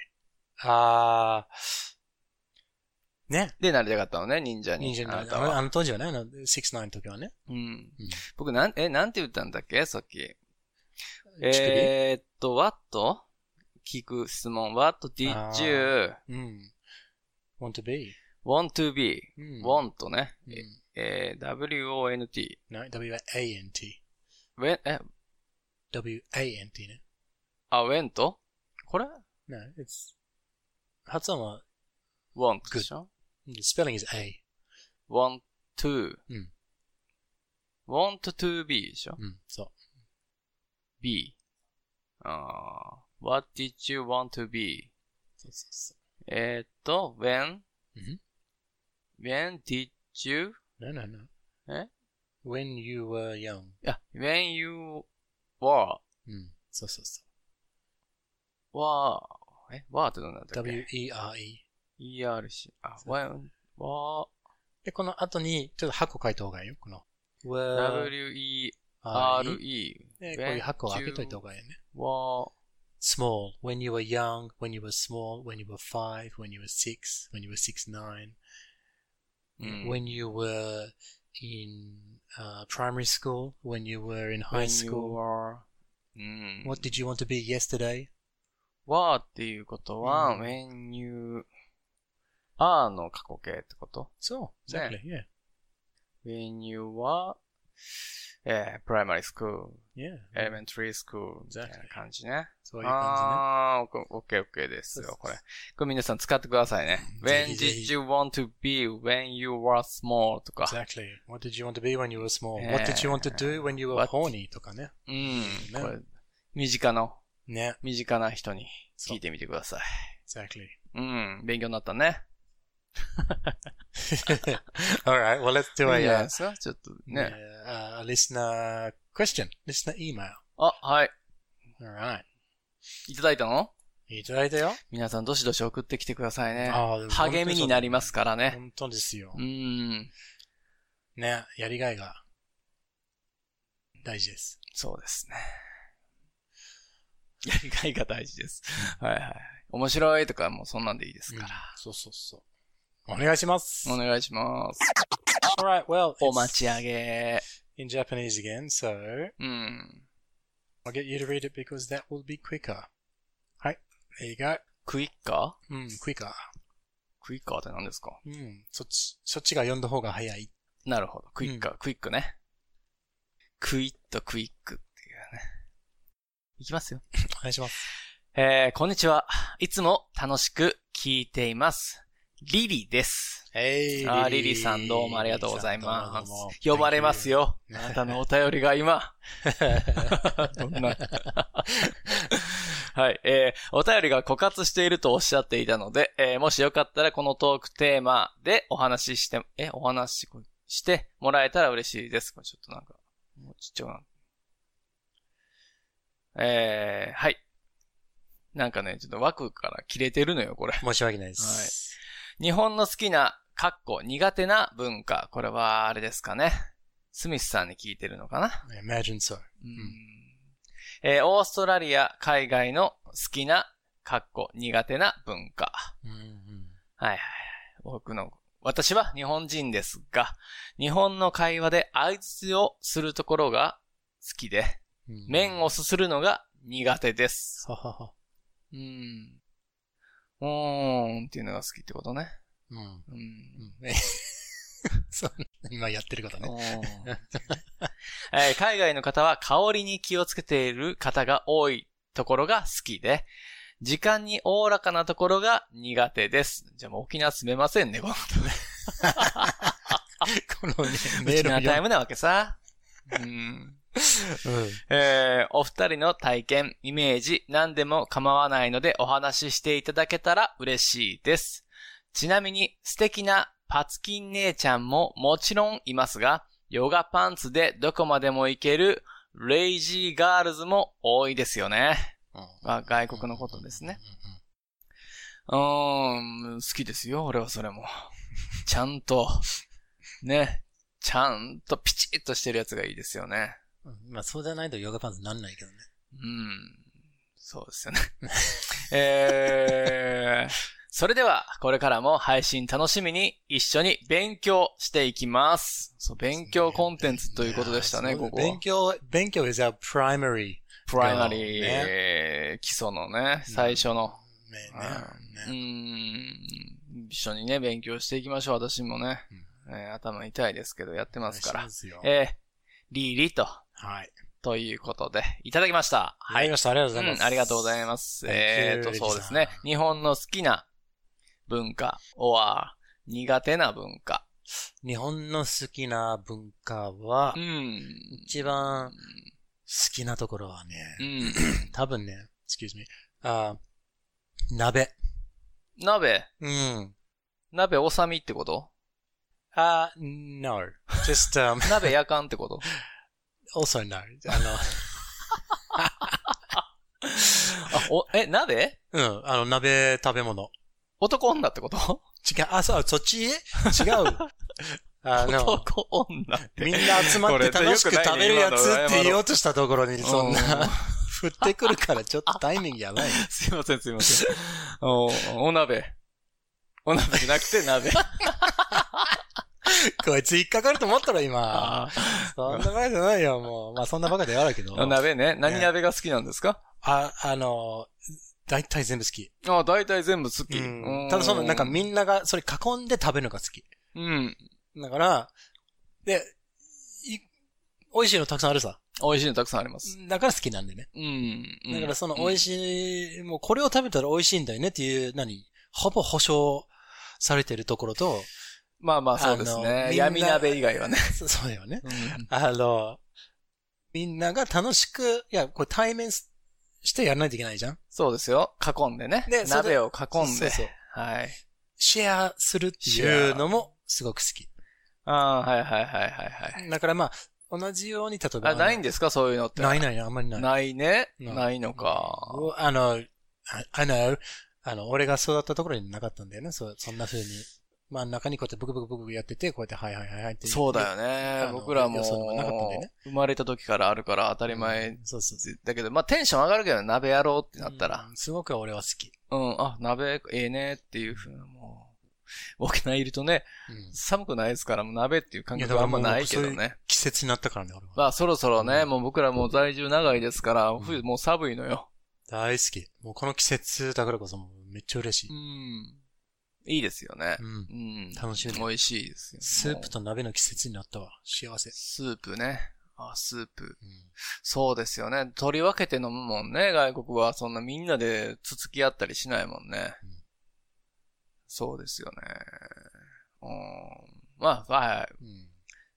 Speaker 2: あー。ね。
Speaker 1: で、なりたかったのね、忍者に。
Speaker 2: 忍者に
Speaker 1: あ
Speaker 2: な
Speaker 1: な
Speaker 2: る
Speaker 1: た
Speaker 2: あの
Speaker 1: は。
Speaker 2: あの当時はね、あの、69の時はね。
Speaker 1: うん
Speaker 2: うん。
Speaker 1: 僕、なん、え、なんて言ったんだっけさっき。
Speaker 2: 乳首
Speaker 1: えーっと、what? 聞く質問。what did
Speaker 2: あ
Speaker 1: you
Speaker 2: うん。want to be.
Speaker 1: want to be?
Speaker 2: うん。
Speaker 1: want ね。
Speaker 2: うん
Speaker 1: えー w-o-n-t。
Speaker 2: な w-a-n-t.
Speaker 1: when, え、
Speaker 2: w-a-n-t ね。
Speaker 1: あ、went? これ
Speaker 2: ね、it's, 発音は、
Speaker 1: want でしょ
Speaker 2: the spelling is a.
Speaker 1: want to.
Speaker 2: うん
Speaker 1: want to be でしょ
Speaker 2: うん、そう。
Speaker 1: be. あー what did you want to be?
Speaker 2: そうそうそう。
Speaker 1: えーっと、when?
Speaker 2: うん
Speaker 1: when did you?
Speaker 2: No, no, no.
Speaker 1: え
Speaker 2: ?when you were young.
Speaker 1: いや、when you were,
Speaker 2: うん。そうそうそ
Speaker 1: were, え、were ってどんなんだっ
Speaker 2: う。
Speaker 1: たっけ
Speaker 2: E w-e-r-e。
Speaker 1: ?erc, あ、when, were,
Speaker 2: で、この後に、ちょっと箱書いた方がいいよ。この。
Speaker 1: E w-e-r-e,
Speaker 2: w-e-r-e。で、E。こういう箱を
Speaker 1: when
Speaker 2: 開けといた
Speaker 1: you
Speaker 2: 方がいいね。
Speaker 1: were,
Speaker 2: small. when you were young, when you were small, when you were five, when you were six, when you were six, nine.
Speaker 1: うん
Speaker 2: when you were in、uh, primary school, when you were in high
Speaker 1: when you
Speaker 2: school.
Speaker 1: were, うん。
Speaker 2: What did you want to be yesterday?
Speaker 1: were っていうことは、
Speaker 2: うん
Speaker 1: when you are の過去形ってこと
Speaker 2: そう。
Speaker 1: ね
Speaker 2: Exactly. Yeah.
Speaker 1: ?when you were, えー primary school,
Speaker 2: Yeah.
Speaker 1: elementary school みたいな感じね。
Speaker 2: そういう感
Speaker 1: ああー、オッケーオッケーですよ、これ。これ皆さん使ってくださいね。
Speaker 2: ぜ
Speaker 1: When
Speaker 2: ひぜ
Speaker 1: did
Speaker 2: ひ
Speaker 1: you want to be when you were small? と
Speaker 2: じ
Speaker 1: か。
Speaker 2: ね。Exactly. What did you want to be when you were small?
Speaker 1: ね
Speaker 2: What did you want to do when you were
Speaker 1: What-
Speaker 2: horny? とかね。
Speaker 1: うん。
Speaker 2: ね
Speaker 1: これ、身近の、
Speaker 2: ね。
Speaker 1: 身近な人に
Speaker 2: そ
Speaker 1: 聞
Speaker 2: う
Speaker 1: いてみてください。
Speaker 2: Exactly.
Speaker 1: うん。勉強になったね。
Speaker 2: Alright, well, let's do a,
Speaker 1: いいんじゃない
Speaker 2: uh,
Speaker 1: ですかちょっと
Speaker 2: yeah,
Speaker 1: ね。
Speaker 2: uh, a listener question, listener email.
Speaker 1: あ、はい。
Speaker 2: Alright.
Speaker 1: いただいたの
Speaker 2: いただいたよ。
Speaker 1: 皆さんどしどし送ってきてくださいね。
Speaker 2: あーでも
Speaker 1: 励みになりますからね。
Speaker 2: 本当ですよ
Speaker 1: う。ん。
Speaker 2: ね、やりがいが大事です。
Speaker 1: そうですね。 やりがいが大事です。はいはい。面白いとかもうそんなんでいいですから。
Speaker 2: そうそうそう。お願いします。
Speaker 1: お願いします。
Speaker 2: Alright, well,
Speaker 1: お待ち上げ。
Speaker 2: in Japanese again, so
Speaker 1: うん。
Speaker 2: I'll get you to read it because that will be quicker. はい、there you go.
Speaker 1: クイッカー
Speaker 2: うん、quicker.
Speaker 1: クイッカーって何ですか
Speaker 2: うん、そっち、そっちが読んだ方が早い。
Speaker 1: なるほど。クイッカー、クイックね。クイッとクイックっていうね。いきますよ。
Speaker 2: お願いします。
Speaker 1: えー、こんにちは。いつも楽しく聞いています。リリです。
Speaker 2: え
Speaker 1: あーリリさんどうもありがとうござい
Speaker 2: リリさん
Speaker 1: ま
Speaker 2: どうもどうも
Speaker 1: す。呼ばれますよ。あ
Speaker 2: Thank
Speaker 1: なたのお便りが 今。どんな。はい。えーお便りが枯渇しているとおっしゃっていたので、えーもしよかったらこのトークテーマでお話しして、え、お話ししてもらえたら嬉しいです。これちょっとなんか、もうちっちゃくな。えーはい。なんかね、ちょっと枠から切れてるのよ、これ。
Speaker 2: 申し訳ないです。
Speaker 1: 日本の好きな、かっこ苦手な文化。これは、あれですかね。スミスさんに聞いてるのかな
Speaker 2: Imagine so.
Speaker 1: うんえーオーストラリア、海外の好きな、かっこ苦手な文化。
Speaker 2: うんうん
Speaker 1: はいはいはい。僕の、私は日本人ですが、日本の会話で相槌をするところが好きで、
Speaker 2: うん
Speaker 1: 麺をすするのが苦手です。
Speaker 2: ははは。
Speaker 1: うん。うーんっていうのが好きってことね。
Speaker 2: うん。
Speaker 1: う。
Speaker 2: うんんねそう今やってることね。
Speaker 1: うーんえー海外の方は香りに気をつけている方が多いところが好きで、時間におおらかなところが苦手です。じゃあもう沖縄住めません ね、この人ね。
Speaker 2: このね、メー
Speaker 1: 沖
Speaker 2: ル
Speaker 1: 縄
Speaker 2: を
Speaker 1: タイ
Speaker 2: 読む
Speaker 1: ムなわけさ。うん
Speaker 2: うん
Speaker 1: えーお二人の体験、イメージ、何でも構わないのでお話ししていただけたら嬉しいです。ちなみに素敵なパツキン姉ちゃんももちろんいますが、ヨガパンツでどこまでも行けるレイジーガールズも多いですよね。あ外国のことですね。うーん、好きですよ、俺はそれも。ちゃんと、ね、ちゃんとピチッとしてるやつがいいですよね。
Speaker 2: うんうんうんまあ、そうじゃないとヨガパンツなんないけどね。
Speaker 1: うん。そうですよね。 えー、それでは、これからも配信楽しみに一緒に勉強していきます。そう、勉強コンテンツということでしたね、
Speaker 2: いやー
Speaker 1: ここは。
Speaker 2: 勉強、勉強 is our primary.
Speaker 1: プライマリー、基礎のね、最初の。
Speaker 2: ね
Speaker 1: うん。
Speaker 2: ねね
Speaker 1: 一緒にね、勉強していきましょう、私もね。えー頭痛いですけど、やってますか
Speaker 2: お願
Speaker 1: ら
Speaker 2: い。しまよ
Speaker 1: えー、リリと、
Speaker 2: はい。
Speaker 1: ということで、いただきました。
Speaker 2: はい。ありがとうございま
Speaker 1: う
Speaker 2: す。
Speaker 1: ん、ありがとうござい
Speaker 2: す。
Speaker 1: ます。
Speaker 2: Thank you,
Speaker 1: えっ、と、
Speaker 2: Elisa
Speaker 1: そうですね。日本の好きな文化、or 苦手な文化。
Speaker 2: 日本の好きな文化は
Speaker 1: う、ん。
Speaker 2: 一番好きなところはね、
Speaker 1: うん。
Speaker 2: 多分ね、excuse me, あー鍋。
Speaker 1: 鍋、
Speaker 2: うん。
Speaker 1: 鍋おさみってこと
Speaker 2: あー、no. Just, um,
Speaker 1: 鍋やかんってこと
Speaker 2: also no. あ
Speaker 1: あ、お、え、鍋
Speaker 2: の、 うん、あの、鍋食べ物。
Speaker 1: 男女ってこと
Speaker 2: 違う、あ、そう、そっち違う。 あの、
Speaker 1: 男女 って。
Speaker 2: みんな集まって楽しく食べるやつって言おうとしたところに、そんな
Speaker 1: うん、
Speaker 2: 振ってくるからちょっとタイミングやばい。
Speaker 1: すいません、すいま せん。お、お鍋。お鍋じゃなくて 鍋。
Speaker 2: こいつ引っかかると思ったろ、今。
Speaker 1: あ
Speaker 2: そんなバカじゃないよ、もう。まあ、そんなバカでやるけど。
Speaker 1: ー鍋ね。何鍋が好きなんですか
Speaker 2: あ、あの、大体全部好き。
Speaker 1: あ、大体全部好き。う
Speaker 2: ただその、なんかみんなが、それ囲んで食べるのが好き。
Speaker 1: うん。
Speaker 2: だから、で、い美味しいのたくさんあるさ。
Speaker 1: 美味しいのたくさんあります。
Speaker 2: だから好きなんだよね。
Speaker 1: うん。
Speaker 2: だからその
Speaker 1: うん
Speaker 2: 美味しい、もうこれを食べたら美味しいんだよねっていう、何ほぼ保証されてるところと、
Speaker 1: まあまあそうです
Speaker 2: あの
Speaker 1: ね。闇鍋以外はね。。
Speaker 2: みんなそそうだよね。あの、みんなが楽しく、いや、これ対面すしてやらないといけないじゃん
Speaker 1: そうですよ。囲んでね。
Speaker 2: でそれ
Speaker 1: 鍋
Speaker 2: で
Speaker 1: を囲ん
Speaker 2: そう
Speaker 1: で。
Speaker 2: そう
Speaker 1: はい。
Speaker 2: シェアするっていうのもすごく好き。
Speaker 1: ああー、はいはいはいはいはい。
Speaker 2: だからまあ、同じように、例えば。
Speaker 1: あ、ないん
Speaker 2: だ
Speaker 1: ですかそういうのって。
Speaker 2: ないないない、あんまりない。
Speaker 1: ないね。
Speaker 2: ない
Speaker 1: ないのか。
Speaker 2: あの、ああの、あの、俺が育ったところになかったんだよね。そうそんな風に。まあ中にこうやってブクブクブクブクやってて、こうやってはいはいはいはいって。
Speaker 1: そうだ
Speaker 2: ね。
Speaker 1: よね
Speaker 2: あ。の
Speaker 1: 僕らも
Speaker 2: よそのもなかったんでね、
Speaker 1: 生まれた時からあるから当たり前
Speaker 2: うん。そうそうそう。
Speaker 1: だけど、まあテンション上がるけど、鍋やろうってなったら
Speaker 2: う。ん。すごく俺は好き。
Speaker 1: うん、あ、鍋、ええねっていうふうな、もう。沖縄いるとね、
Speaker 2: うん
Speaker 1: 寒くないですから、もう鍋っていう感
Speaker 2: いや
Speaker 1: 覚
Speaker 2: だか
Speaker 1: はあ
Speaker 2: ら
Speaker 1: ん
Speaker 2: も
Speaker 1: ま
Speaker 2: う
Speaker 1: ないけど
Speaker 2: そうい
Speaker 1: ね。
Speaker 2: 季節になったからね、俺は。
Speaker 1: まあそろそろね、
Speaker 2: うん
Speaker 1: もう僕らもう在住長いですから、冬もう寒いのよ。
Speaker 2: 大好き。もうこの季節だからこそもうめっちゃ嬉しい。
Speaker 1: ん。いいですよね
Speaker 2: う。ん
Speaker 1: う。ん。
Speaker 2: 楽しみ
Speaker 1: 美味しいですよ。
Speaker 2: スープ
Speaker 1: もう。
Speaker 2: と鍋の季節になったわ。幸せ。
Speaker 1: スープね。あ、スープ。
Speaker 2: うん
Speaker 1: そうですよね。取り分けて飲むもんね。外国はそんなみんなでつつき合ったりしないもんね。
Speaker 2: うん
Speaker 1: そうですよね。うん。まあ、はいはい。
Speaker 2: うん。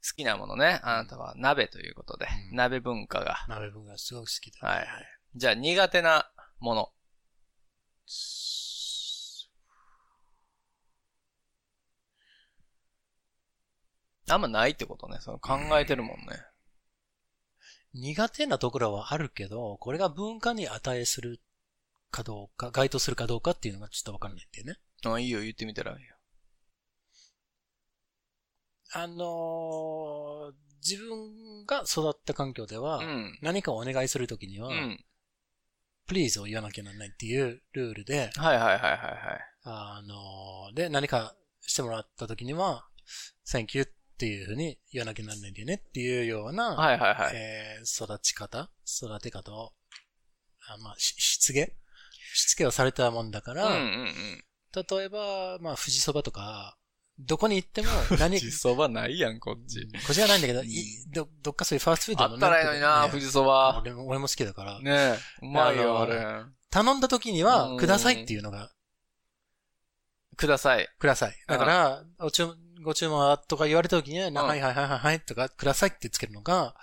Speaker 1: 好きなものね。あなたは鍋ということで。
Speaker 2: うん
Speaker 1: 鍋文化が。
Speaker 2: 鍋分がすごく好きだ。
Speaker 1: はいはい。じゃあ、苦手なもの。あんまないってことね。その考えてるもんね。
Speaker 2: 苦手なところはあるけど、これが文化に値するかどうか、該当するかどうかっていうのがちょっとわかんないんだよね。
Speaker 1: あ、いいよ、言ってみたらいいよ。
Speaker 2: あのー自分が育った環境では、
Speaker 1: うん。
Speaker 2: 何かをお願いするときには、
Speaker 1: うん。
Speaker 2: プリーズを言わなきゃならないっていうルールで、
Speaker 1: はいはいはいはいはい。
Speaker 2: あのーで、何かしてもらったときには、thank you っていうふうに言わなきゃならないんだよねっていうような、
Speaker 1: はいはいはい。
Speaker 2: えー育ち方、育て方を、あまあ、ししつげしつけをされたもんだから、
Speaker 1: うんうんうん。
Speaker 2: 例えば、まあ、富士そばとか、どこに行っても何、
Speaker 1: 富士そばないやん、こっち。
Speaker 2: こっちはないんだけど、
Speaker 1: うん
Speaker 2: いどどっかそういうファーストフー
Speaker 1: あ
Speaker 2: ド
Speaker 1: ったらいいのにな、
Speaker 2: ね
Speaker 1: 富士そば。
Speaker 2: 俺も俺も好きだから、
Speaker 1: ねえ、うまいよ、あ
Speaker 2: あの
Speaker 1: れ。
Speaker 2: 頼んだ時に
Speaker 1: う
Speaker 2: は
Speaker 1: ん、
Speaker 2: くださいっていうのが、
Speaker 1: ください。
Speaker 2: ください。だから、お注ご注文はとか言われた時には、
Speaker 1: ん
Speaker 2: はいはいはいはいはいとか、くださいってつけるのが、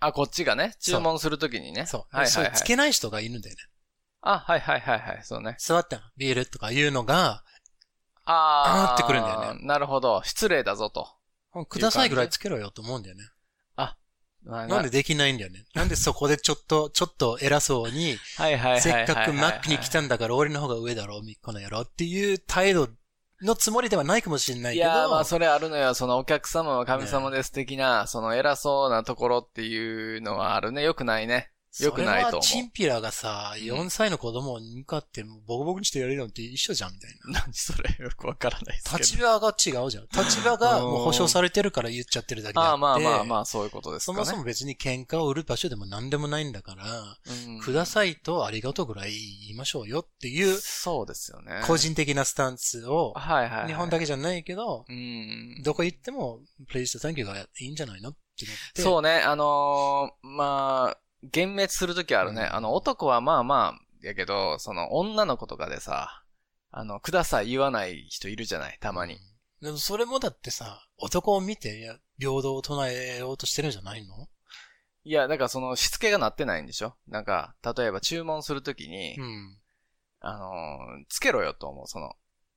Speaker 1: あ、こっちがね、注文するときにね。
Speaker 2: そう。
Speaker 1: はい
Speaker 2: そ
Speaker 1: は
Speaker 2: れ
Speaker 1: いはい
Speaker 2: つ。けない人がいるんだよね。
Speaker 1: あ、はいはいはいはい、そうね。
Speaker 2: 座ってビールとか言うのが、
Speaker 1: あー。
Speaker 2: あーってくるんだよ
Speaker 1: ね。なるほど。失礼だぞと。
Speaker 2: くださいぐらいつけろよと思うんだよね。
Speaker 1: な
Speaker 2: なんでできないんだよね。なんでそこでちょっと、ちょっと偉そうに、
Speaker 1: はいはいはいはいはい。
Speaker 2: せっかくマックに来たんだから俺の方が上だろ、この野郎っていう態度のつもりではないかもしれない
Speaker 1: い
Speaker 2: けど、
Speaker 1: やー、まあ、それあるのよ。そのお客様は神様です的な、その偉そうなところっていうのはあるね。よくないね。良くないと思う
Speaker 2: それはチンピラがさ、
Speaker 1: うん
Speaker 2: 4歳の子供に向かってもうボコボコにしてやれるのって一緒じゃん、みたいな。
Speaker 1: 何それよくわからないですけど。
Speaker 2: 立場が違うじゃん。立場がもう保障されてるから言っちゃってるだけで
Speaker 1: あ
Speaker 2: あ
Speaker 1: あ、
Speaker 2: って。
Speaker 1: まあまあまあ、そういうことです
Speaker 2: そ
Speaker 1: かね。
Speaker 2: もそも別に喧嘩を売る場所でも何でもないんだから、
Speaker 1: うん
Speaker 2: くださいとありがとうぐらい言いましょうよっていう
Speaker 1: そうですよね。
Speaker 2: 個人的なスタンスを、
Speaker 1: はいはいはい。
Speaker 2: 日本だけじゃないけど、
Speaker 1: うん。
Speaker 2: どこ行っても、please to thank you がいいんじゃないのって思って。
Speaker 1: そうね、あのーまあ、幻滅するときあるね。
Speaker 2: うん
Speaker 1: あの、男はまあまあ、やけど、その、女の子とかでさ、あの、ください言わない人いるじゃない、たまに。
Speaker 2: でもそれもだってさ、男を見ていや平等を唱えようとしてるんじゃないの
Speaker 1: いや、だからその、しつけがなってないんでしょなんか、例えば注文するときに、
Speaker 2: うん。
Speaker 1: あのーつけろよと思う、その、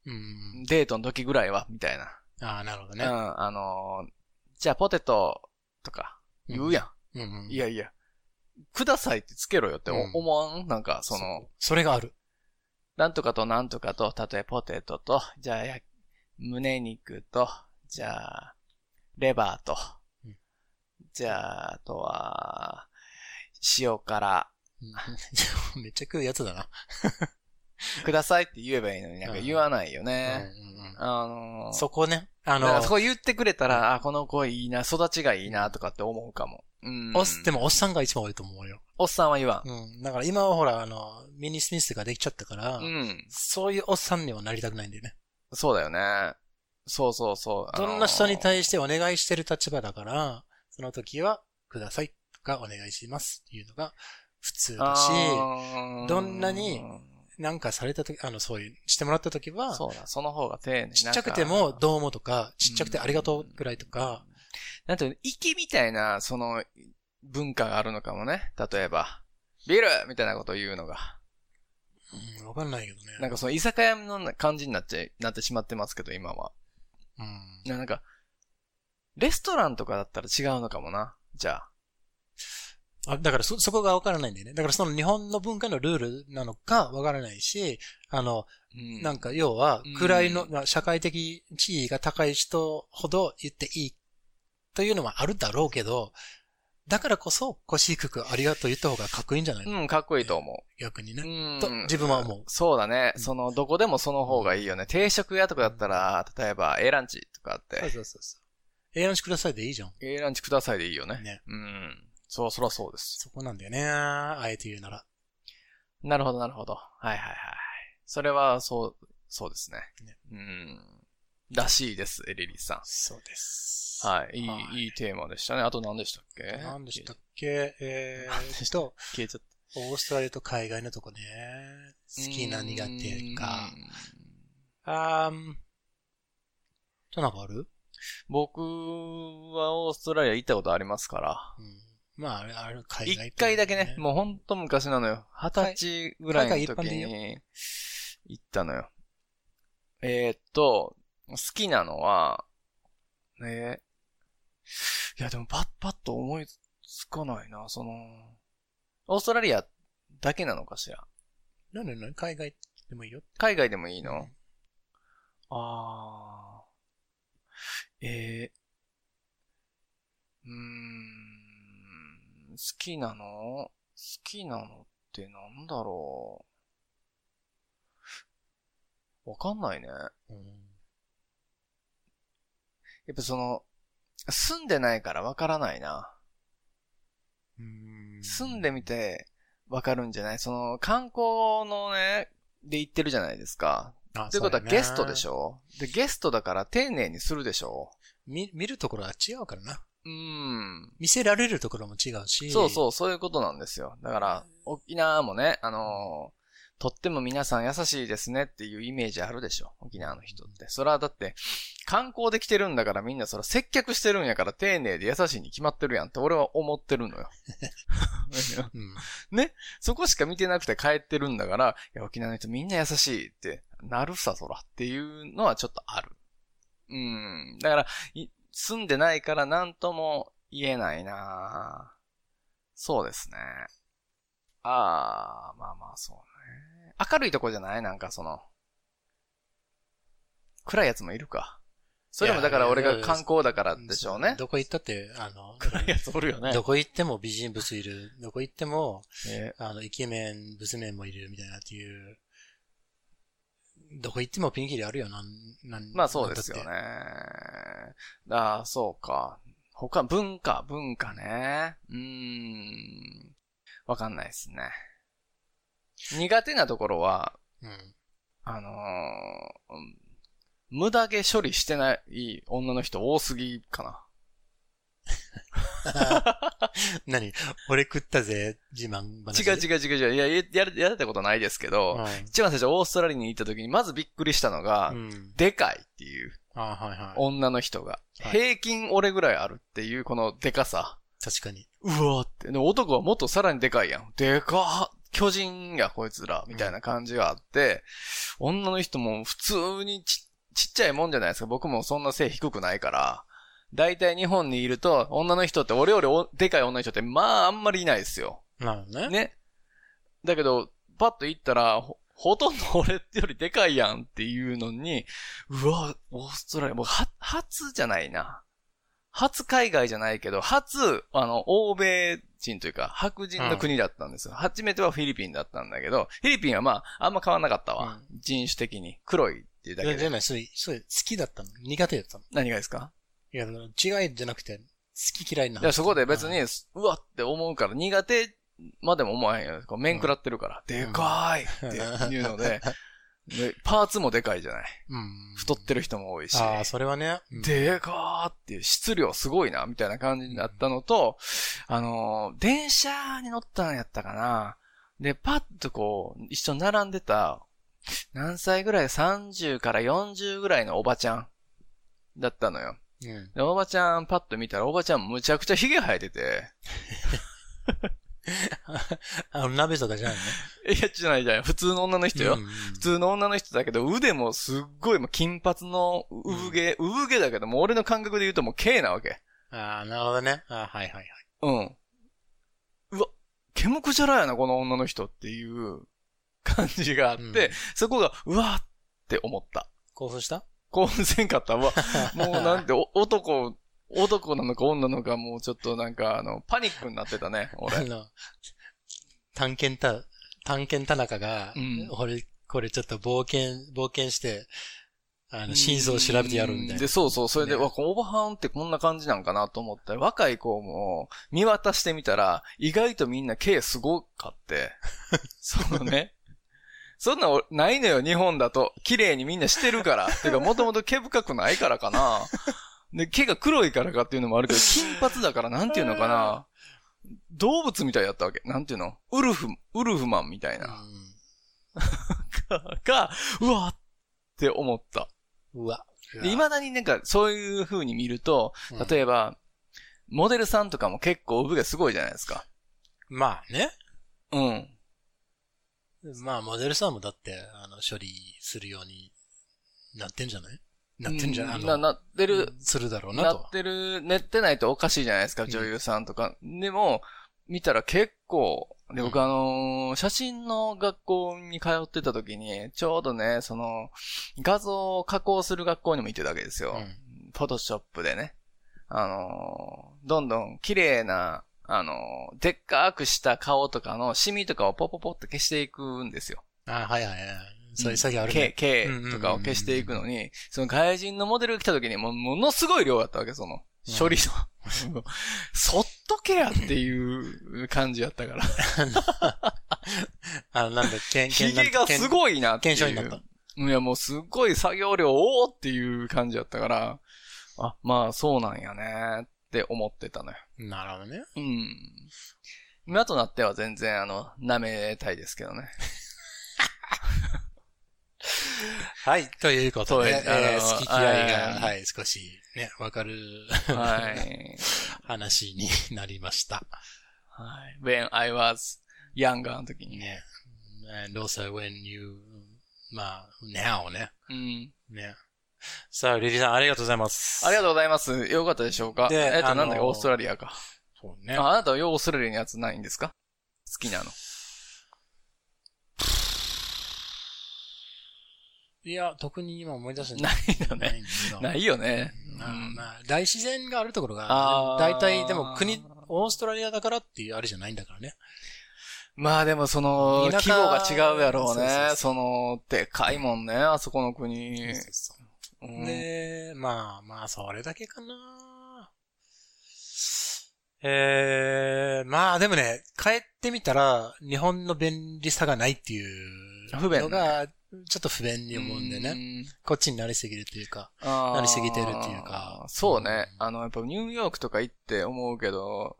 Speaker 2: うん。
Speaker 1: デートの時ぐらいは、みたいな。
Speaker 2: ああ、なるほど
Speaker 1: う
Speaker 2: ね。
Speaker 1: ん、あのーじゃあポテト、とか、言うやん。
Speaker 2: うんうん。
Speaker 1: いやいや、くださいってつけろよってお
Speaker 2: うん
Speaker 1: 思わん、なんか、その、
Speaker 2: それがある。
Speaker 1: なんとかとなんとかと、たとえポテトと、じゃあや、胸肉と、じゃあ、レバーと
Speaker 2: うん、
Speaker 1: じゃあ、あとは、塩辛、
Speaker 2: うん めっちゃ食うやつだな。
Speaker 1: くださいって言えばいいのになんか言わないよね。
Speaker 2: うんうん
Speaker 1: あの
Speaker 2: うん
Speaker 1: ー、
Speaker 2: そこね。
Speaker 1: だ
Speaker 2: あ
Speaker 1: からそ
Speaker 2: の、
Speaker 1: こ言ってくれたら、あ、この子いいな、育ちがいいな、とかって思うかも。うん。
Speaker 2: おっ、でもおっさんが一番多いと思うよ。
Speaker 1: おっさんは言わん。
Speaker 2: うん。だから今はほら、あの、ミニスミスができちゃったから、
Speaker 1: うん。
Speaker 2: そういうおっさんにはなりたくないんだよね。
Speaker 1: そうだよね。そうそうそう。あのー
Speaker 2: どんな人に対してお願いしてる立場だから、その時は、くださいとかお願いしますっていうのが普通だし、
Speaker 1: あー
Speaker 2: どんなになんかされた時、あの、そういう、してもらった時は、
Speaker 1: そうだ、その方が丁寧
Speaker 2: ちっちゃくてもどうもとか、ちっちゃくてありがとうくらいとか、、
Speaker 1: なんかうんなんていうの、息みたいな、その、文化があるのかもね。例えば、ビールみたいなことを言うのが。
Speaker 2: うん、わかんないけどね。
Speaker 1: なんかその居酒屋の感じになっちゃい、なってしまってますけど、今は。
Speaker 2: うん
Speaker 1: ななんか、レストランとかだったら違うのかもな。じゃあ。
Speaker 2: あだからそ、そこがわからないんだよね。だからその日本の文化のルールなのかわからないし、あの、
Speaker 1: うん
Speaker 2: なんか要は
Speaker 1: うん、
Speaker 2: 位の、まあ社会的地位が高い人ほど言っていいというのはあるだろうけど、だからこそ腰低くありがとう言った方がかっこいいんじゃないの、
Speaker 1: うん、かっこいいと思
Speaker 2: 逆に
Speaker 1: う。う
Speaker 2: ね。
Speaker 1: ん
Speaker 2: と、。自分は思う。
Speaker 1: そうだね。
Speaker 2: うん
Speaker 1: その、どこでもその方がいいよね。定食屋とかだったら、例えば、A ランチとかあっ
Speaker 2: そう
Speaker 1: て、
Speaker 2: そうそうそう。ええ話くださいでいいじゃん。
Speaker 1: A ランチくださいでいいよね。
Speaker 2: ね
Speaker 1: うん。そう、そらそうです。
Speaker 2: そこなんだよね。あえて言うなら。
Speaker 1: なるほど、なるほど。はいはいはい。それは、そう、そうですね。
Speaker 2: ね
Speaker 1: うん。らしいです、エリリーさ
Speaker 2: そうです。
Speaker 1: ん。はい。いい、、
Speaker 2: はい
Speaker 1: いテーマでしたね。あと何でしたっけ
Speaker 2: 何でしたっけえーっと、
Speaker 1: 消えちゃっ
Speaker 2: オーストラリアと海外のとこね。
Speaker 1: た。
Speaker 2: 好きな苦手か
Speaker 1: う。ん。
Speaker 2: あーん。となんかある
Speaker 1: 僕はオーストラリア行ったことありますから。
Speaker 2: うんまあ、あれ、あれ、海外
Speaker 1: 一回だけね、
Speaker 2: う。
Speaker 1: もうほんと昔なのよ。二十歳ぐらいの時
Speaker 2: 海外一般
Speaker 1: に行ったのよ。えー、っと、好きなのは、ねいやでもパッパッと思いつかないな、その、オーストラリアだけなのかしら。
Speaker 2: なになに海外でもいいよ。
Speaker 1: 海外でもいいのああ。えー、うーん、好きなの好きなのってなんだろう。わかんないね。
Speaker 2: うん
Speaker 1: やっぱその、住んでないからわからないな。
Speaker 2: うん
Speaker 1: 住んでみてわかるんじゃないその、観光のね、で行ってるじゃないですか。
Speaker 2: あ
Speaker 1: ということは
Speaker 2: そうやね
Speaker 1: ゲストでしょで、ゲストだから丁寧にするでしょ
Speaker 2: 見、見るところは違うからな。
Speaker 1: うーん。
Speaker 2: 見せられるところも違うし。
Speaker 1: そう
Speaker 2: う。
Speaker 1: そう、そういうことなんですよ。だから、沖縄もね、あのーとっても皆さん優しいですねっていうイメージあるでしょ。沖縄の人って。それはだって、観光で来てるんだからみんなそれ接客してるんやから丁寧で優しいに決まってるやんって俺は思ってる のよ。
Speaker 2: うん。
Speaker 1: そこしか見てなくて帰ってるんだから、いや沖縄の人みんな優しいってなるさそらっていうのはちょっとある。うん。だから、い住んでないから何とも言えないなそうですね。ああ、まあまあそうね。明るいとこじゃないなんかその、暗いやつもいるか。それもだから俺が観光だからでしょうね。
Speaker 2: どこ行ったって、あの、
Speaker 1: 暗いやつおるよね。
Speaker 2: どこ行っても美人ブスいる。どこ行っても、
Speaker 1: え
Speaker 2: あの、イケメン、ブスメンもいるみたいなっていう。どこ行ってもピンキリあるよな、なん、
Speaker 1: まあそうですよね
Speaker 2: なんだっ。
Speaker 1: ああ、そうか。他、文化、文化ね。うーん。わかんないですね。苦手なところは、
Speaker 2: て。うん。
Speaker 1: あのーうん無駄毛処理してない女の人多すぎかな。
Speaker 2: 何俺食ったぜ、自慢話。
Speaker 1: 違う違う違う違う。いや、や、やれやれたことないですけど、一番最初オーストラリアに行った時にまずびっくりしたのが、
Speaker 2: うん。うん。
Speaker 1: でかいっていう
Speaker 2: あはいは
Speaker 1: 女の人が、
Speaker 2: はい
Speaker 1: 平均俺ぐらいあるっていうこのでかさ。
Speaker 2: い。確かに。
Speaker 1: うわーって。で男はもっとさらにでかいやん。でかっ巨人やこいつら、みたいな感じがあって、女の人も普通にちちっちゃいもんじゃないですか。僕もそんな背低くないから。大体日本にいると、女の人って、俺よりおでかい女の人って、まああんまりいないですよ。
Speaker 2: なるほどね。
Speaker 1: ね。だけど、パッと行ったら、ほ、ほとんど俺よりでかいやんっていうのに、うわ、オーストラリア、もう、は、初じゃないな。初海外じゃないけど、初、あの、欧米人というか、白人の国だったんですよ。初めてはフィリピンだったんだけど、フィリピンはまあ、あんま変わんなかったわ。人種的に。黒いっていうだけ
Speaker 2: で
Speaker 1: で。
Speaker 2: でも、それ、それ、好きだったの苦手だったの
Speaker 1: 何がですか
Speaker 2: いや、違いじゃなくて、好き嫌いな話。
Speaker 1: いや、そこで別に
Speaker 2: うん、
Speaker 1: うわって思うから、苦手までも思わへんよ。こう面食らってるから、でかーいっていうの で、でパーツもでかいじゃない。
Speaker 2: うん。
Speaker 1: 太ってる人も多いし。
Speaker 2: ああ、それはね。うん、
Speaker 1: でかーっていう質量すごいな、みたいな感じになったのと、あのー電車に乗ったんやったかな。で、パッとこう、一緒に並んでた、何歳ぐらい ?30 から40ぐらいのおばちゃんだったのよ。
Speaker 2: うん。
Speaker 1: で、おばちゃんパッと見たら、おばちゃんむちゃくちゃ髭生えてて、
Speaker 2: あの、鍋とかじゃない
Speaker 1: いや、じゃないじゃない。普通の女の人
Speaker 2: の
Speaker 1: よ。
Speaker 2: うん
Speaker 1: 普通の女の人だけど、腕もすっごいもう金髪の産毛、産毛だけど、もう俺の感覚で言うともう K なわけ。
Speaker 2: ああ、なるほどね。ああ、はいはいはい。
Speaker 1: うん。うわ、煙くじゃらやな、この女の人っていう感じがあって、
Speaker 2: うん
Speaker 1: そこが、うわーって思った。
Speaker 2: 興奮した
Speaker 1: 興奮せんかった わ。もうなんて、お男、男なのか女なのか、もうちょっとなんか、あの、パニックになってたね、
Speaker 2: あ
Speaker 1: 俺。
Speaker 2: の、探検た、探検田中が、
Speaker 1: うん
Speaker 2: 俺、これちょっと冒険、冒険して、あの、真相を調べてやるみたい
Speaker 1: で、
Speaker 2: な。
Speaker 1: そうそう。それで、
Speaker 2: ね
Speaker 1: わ、このオバハンってこんな感じなんかなと思って、若い子も見渡してみたら、意外とみんな毛すごか って。そのね。そんなお、ないのよ、日本だと。綺麗にみんなしてるから。てか、もともと毛深くないからかな。で、毛が黒いからかっていうのもあるけど、金髪だから、なんていうのかな。動物みたいやったわけ。なんていうのウルフ、ウルフマンみたい な。が、うわって思った。
Speaker 2: うんうわ。
Speaker 1: で、未だになんか、そういう風に見ると、
Speaker 2: うん
Speaker 1: 例えば、モデルさんとかも結構産毛すごいじゃないですか。
Speaker 2: まあね。
Speaker 1: うん。
Speaker 2: まあ、モデルさんもだって、あの、処理するようになってんじゃないなってんじゃない、
Speaker 1: う
Speaker 2: あの
Speaker 1: な、なってる、
Speaker 2: するだろうな
Speaker 1: な
Speaker 2: と
Speaker 1: っ。てる、寝ってないとおかしいじゃないですか、
Speaker 2: ん
Speaker 1: 女優さんとか。でも、見たら結校、で、僕あのー写真の学校に通ってた時に、ちょうどね、その、画像を加工する学校にも行ってたわけですよ。
Speaker 2: うん
Speaker 1: フォトショップでね。あのーどんどん綺麗な、あのーでっかくした顔とかのシミとかをポポポって消していくんですよ。
Speaker 2: あ、はいはいはい。そういう作業あるね。
Speaker 1: K、K とかを消していくのに、その外人のモデルが来た時にもうものすごい量だったわけ、その、処理の。 そっとけやっていう感じやった から。
Speaker 2: あの、なんだ、けん、け
Speaker 1: ヒ
Speaker 2: んな
Speaker 1: ゲがす
Speaker 2: い。
Speaker 1: ごいなっていう。
Speaker 2: 検証になった。
Speaker 1: いや、もうすっごい作業量、おーっていう感じやったから、あ、まあそうなんやねって思ってたのよ。
Speaker 2: なるほどね。
Speaker 1: うん。今となっては全然、あの、舐めたいですけど ね。
Speaker 2: はい。ということで、
Speaker 1: そうで
Speaker 2: ね
Speaker 1: す
Speaker 2: えー
Speaker 1: あの
Speaker 2: 好き嫌い
Speaker 1: はい
Speaker 2: が、はい、少し、ね、わかる
Speaker 1: はい。
Speaker 2: 話になりました。
Speaker 1: はい。When I was younger の時にね。
Speaker 2: ね。And also when you, まあ、now ね。
Speaker 1: うん。
Speaker 2: ね。さあ、リリーさん、ありがとうございます。
Speaker 1: ありが
Speaker 2: と
Speaker 1: とうございます。よかったでしょうか
Speaker 2: で
Speaker 1: えっと、
Speaker 2: あ
Speaker 1: な
Speaker 2: の
Speaker 1: んだっけオーストラリアか。
Speaker 2: う。そう
Speaker 1: あ
Speaker 2: ね。
Speaker 1: あなたはようオーストラリアのやつないんですか好きなの。
Speaker 2: いや、特に今思い出す
Speaker 1: ないよね
Speaker 2: んだ よ
Speaker 1: ないよね。
Speaker 2: まあ
Speaker 1: うん
Speaker 2: まあ、大自然があるところ
Speaker 1: あ
Speaker 2: が、
Speaker 1: ー
Speaker 2: 大体でも国、オーストラリアだからっていうあれじゃないんだからね。
Speaker 1: まあでもその、
Speaker 2: 田
Speaker 1: 規
Speaker 2: 舎
Speaker 1: 模が違うやろうね。そ
Speaker 2: そうそうそう
Speaker 1: の、でかいもんね、あそこの国。
Speaker 2: そうそう
Speaker 1: う
Speaker 2: そうんで、まあまあ、それだけかな。えー、まあでもね、帰ってみたら、日本の便利さがないっていう
Speaker 1: 不便ね
Speaker 2: のが、ちょっと不便に思うんでね。
Speaker 1: ね。
Speaker 2: こっちになりすぎるというか。
Speaker 1: な
Speaker 2: なりすぎてるっていうか
Speaker 1: そうね。
Speaker 2: うん
Speaker 1: あの、やっぱニューヨークとか行って思うけど、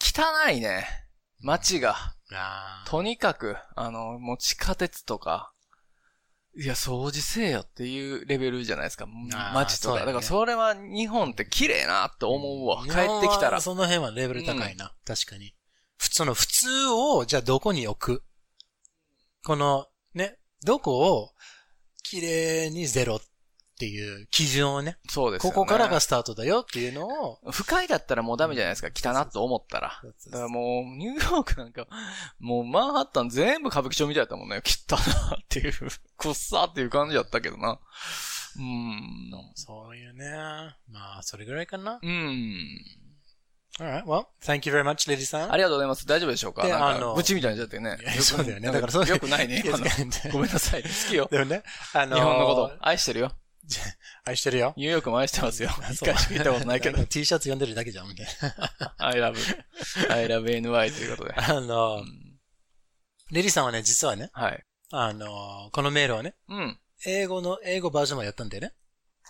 Speaker 1: 汚いね。街が。
Speaker 2: あー
Speaker 1: とにかく、あの、もう地下鉄とか、いや、掃除せえよっていうレベルじゃないですか。
Speaker 2: あー
Speaker 1: 街と
Speaker 2: そう
Speaker 1: か。
Speaker 2: や
Speaker 1: だ
Speaker 2: ね
Speaker 1: からそれは日本って綺麗なって思うわ。
Speaker 2: 日
Speaker 1: 帰
Speaker 2: 本
Speaker 1: ってきたら
Speaker 2: は。その辺はレベル高いな。確かに。ふその普通を、じゃあどこに置くこの、ね、どこを、綺麗にゼロっていう基準をね、
Speaker 1: そうですよ
Speaker 2: こ
Speaker 1: ね。
Speaker 2: こからがスタートだよっていうのを、
Speaker 1: 不快だったらもうダメじゃないですか。汚なと思ったら。だからもう、ニューヨークなんか、もうマンハッタン全部歌舞伎町みたいだったもんね。汚なっていう、くっさっていう感じだったけどな。うん。
Speaker 2: そういうね。まあ、それぐらいかな。
Speaker 1: うん。
Speaker 2: Alright, well, thank you very much, lady さん。
Speaker 1: ありがとうございます。大丈夫でしょうか
Speaker 2: で
Speaker 1: なん
Speaker 2: あ
Speaker 1: か、
Speaker 2: の
Speaker 1: ブチみたいになっちゃってね
Speaker 2: いや。そうだよね
Speaker 1: なん
Speaker 2: だからそう
Speaker 1: よくないね、今の。ごめんなさい。好きよ。
Speaker 2: でもね、あのー
Speaker 1: 日本のこと。愛してるよ。
Speaker 2: 愛してるよ。
Speaker 1: ニューヨークも愛してますよ。
Speaker 2: あ
Speaker 1: 一
Speaker 2: そう
Speaker 1: 回しか見たこと ないけど
Speaker 2: あ。の T シャツ読んでるだけじゃん、みたい
Speaker 1: I love, I love NY ということで。
Speaker 2: な。あの
Speaker 1: う
Speaker 2: ー、
Speaker 1: ん
Speaker 2: レリさんはね、実はね、
Speaker 1: はい。
Speaker 2: あのー、このメールをね、
Speaker 1: うん。
Speaker 2: 英語の、英語バージョンもやったんだよね。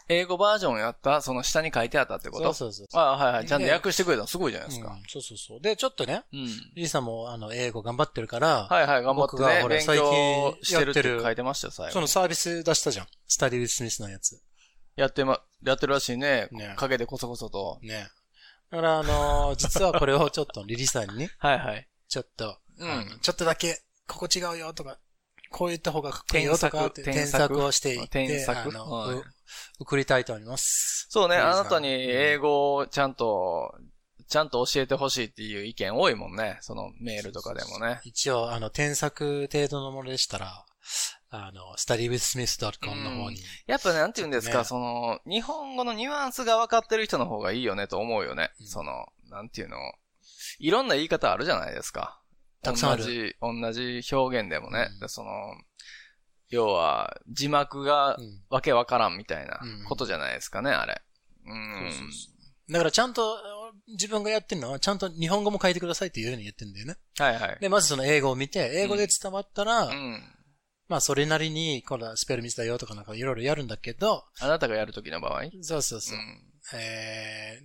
Speaker 1: 英語バージョンやったその下に書いてあったってこ
Speaker 2: そう
Speaker 1: と
Speaker 2: そうそう。
Speaker 1: あはいはい。ちゃんと訳してくれたのすごいじゃないです
Speaker 2: う
Speaker 1: か。
Speaker 2: んそうそうそう。で、ちょっとね、
Speaker 1: うん。
Speaker 2: リーさんも、あの、英語頑張ってるから、
Speaker 1: はいはい、頑張って
Speaker 2: 僕が
Speaker 1: ね。
Speaker 2: ほら
Speaker 1: 勉強
Speaker 2: 最近
Speaker 1: してるって
Speaker 2: やってる
Speaker 1: 書いてましたよ、最
Speaker 2: そ
Speaker 1: 後
Speaker 2: の。サービス出したじゃん。スタディウィスミスのやつ。
Speaker 1: やってま、やってるらしいね
Speaker 2: ね。
Speaker 1: 陰でこそこそと。
Speaker 2: ね。だから、あ のー実はこれをちょっとリリーさんに、
Speaker 1: はいはい。
Speaker 2: ちょっと、
Speaker 1: うん
Speaker 2: あのちょっとだけ、ここ違うよとか、こう言った方がかっこいいよとかって、
Speaker 1: 添削
Speaker 2: 添削をしていって、
Speaker 1: 添削
Speaker 2: あの、
Speaker 1: はいう
Speaker 2: 送りたいと思います。
Speaker 1: そうね、
Speaker 2: リリー
Speaker 1: あ
Speaker 2: さん
Speaker 1: なたに英語をちゃんと、ちゃんと教えてほしいっていう意見多いもんね。そのメールとかでもね。
Speaker 2: 一応、あの、添削程度のものでしたら、あの、studywithsmith.com の方に。
Speaker 1: やっぱね、なんて言うんですか、
Speaker 2: ね
Speaker 1: その、日本語のニュアンスが分かってる人の方がいいよねと思うよね。
Speaker 2: うん
Speaker 1: その、なんていうの。いろんな言い方あるじゃないですか。
Speaker 2: たくさんある
Speaker 1: 同じ、同じ表現でもね。
Speaker 2: うん
Speaker 1: でその、要は、字幕が
Speaker 2: うん
Speaker 1: わけわからんみたいな
Speaker 2: うん
Speaker 1: ことじゃないですかね、あれ。う
Speaker 2: そうそ
Speaker 1: ん
Speaker 2: う。だからちゃんと、自分がやってるのは、ちゃんと日本語も書いてくださいっていうように言ってるんだよね。
Speaker 1: はいはい。
Speaker 2: で、まずその英語を見て、英語で伝わったら、
Speaker 1: うん。
Speaker 2: まあそれなりに、このスペルミスだよとかなんかいろいろやるんだけど、
Speaker 1: あなたがやるときの場合。
Speaker 2: そうそうそう。
Speaker 1: ん
Speaker 2: えー、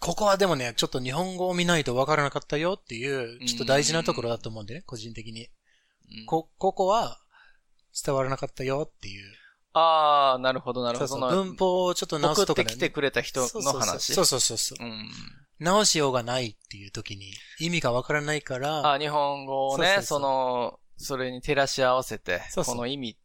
Speaker 2: ここはでもね、ちょっと日本語を見ないとわからなかったよっていう、ちょっと大事なところだと思うんでね、個人的に。
Speaker 1: うん
Speaker 2: こ、ここは伝わらなかったよっていう。
Speaker 1: ああ、なるほど、なるほ
Speaker 2: そ
Speaker 1: ど。
Speaker 2: うそう
Speaker 1: の
Speaker 2: 文法をちょっと直
Speaker 1: 送
Speaker 2: す
Speaker 1: っ
Speaker 2: とか
Speaker 1: て
Speaker 2: ね
Speaker 1: きてくれた人の話。
Speaker 2: そうそうそうそう。
Speaker 1: うん。
Speaker 2: 直しようがないっていう時に、意味がわからないから、
Speaker 1: あ、日本語をね、そ
Speaker 2: そうそうそう
Speaker 1: の、それに照らし合わせて、
Speaker 2: そうそう
Speaker 1: この意味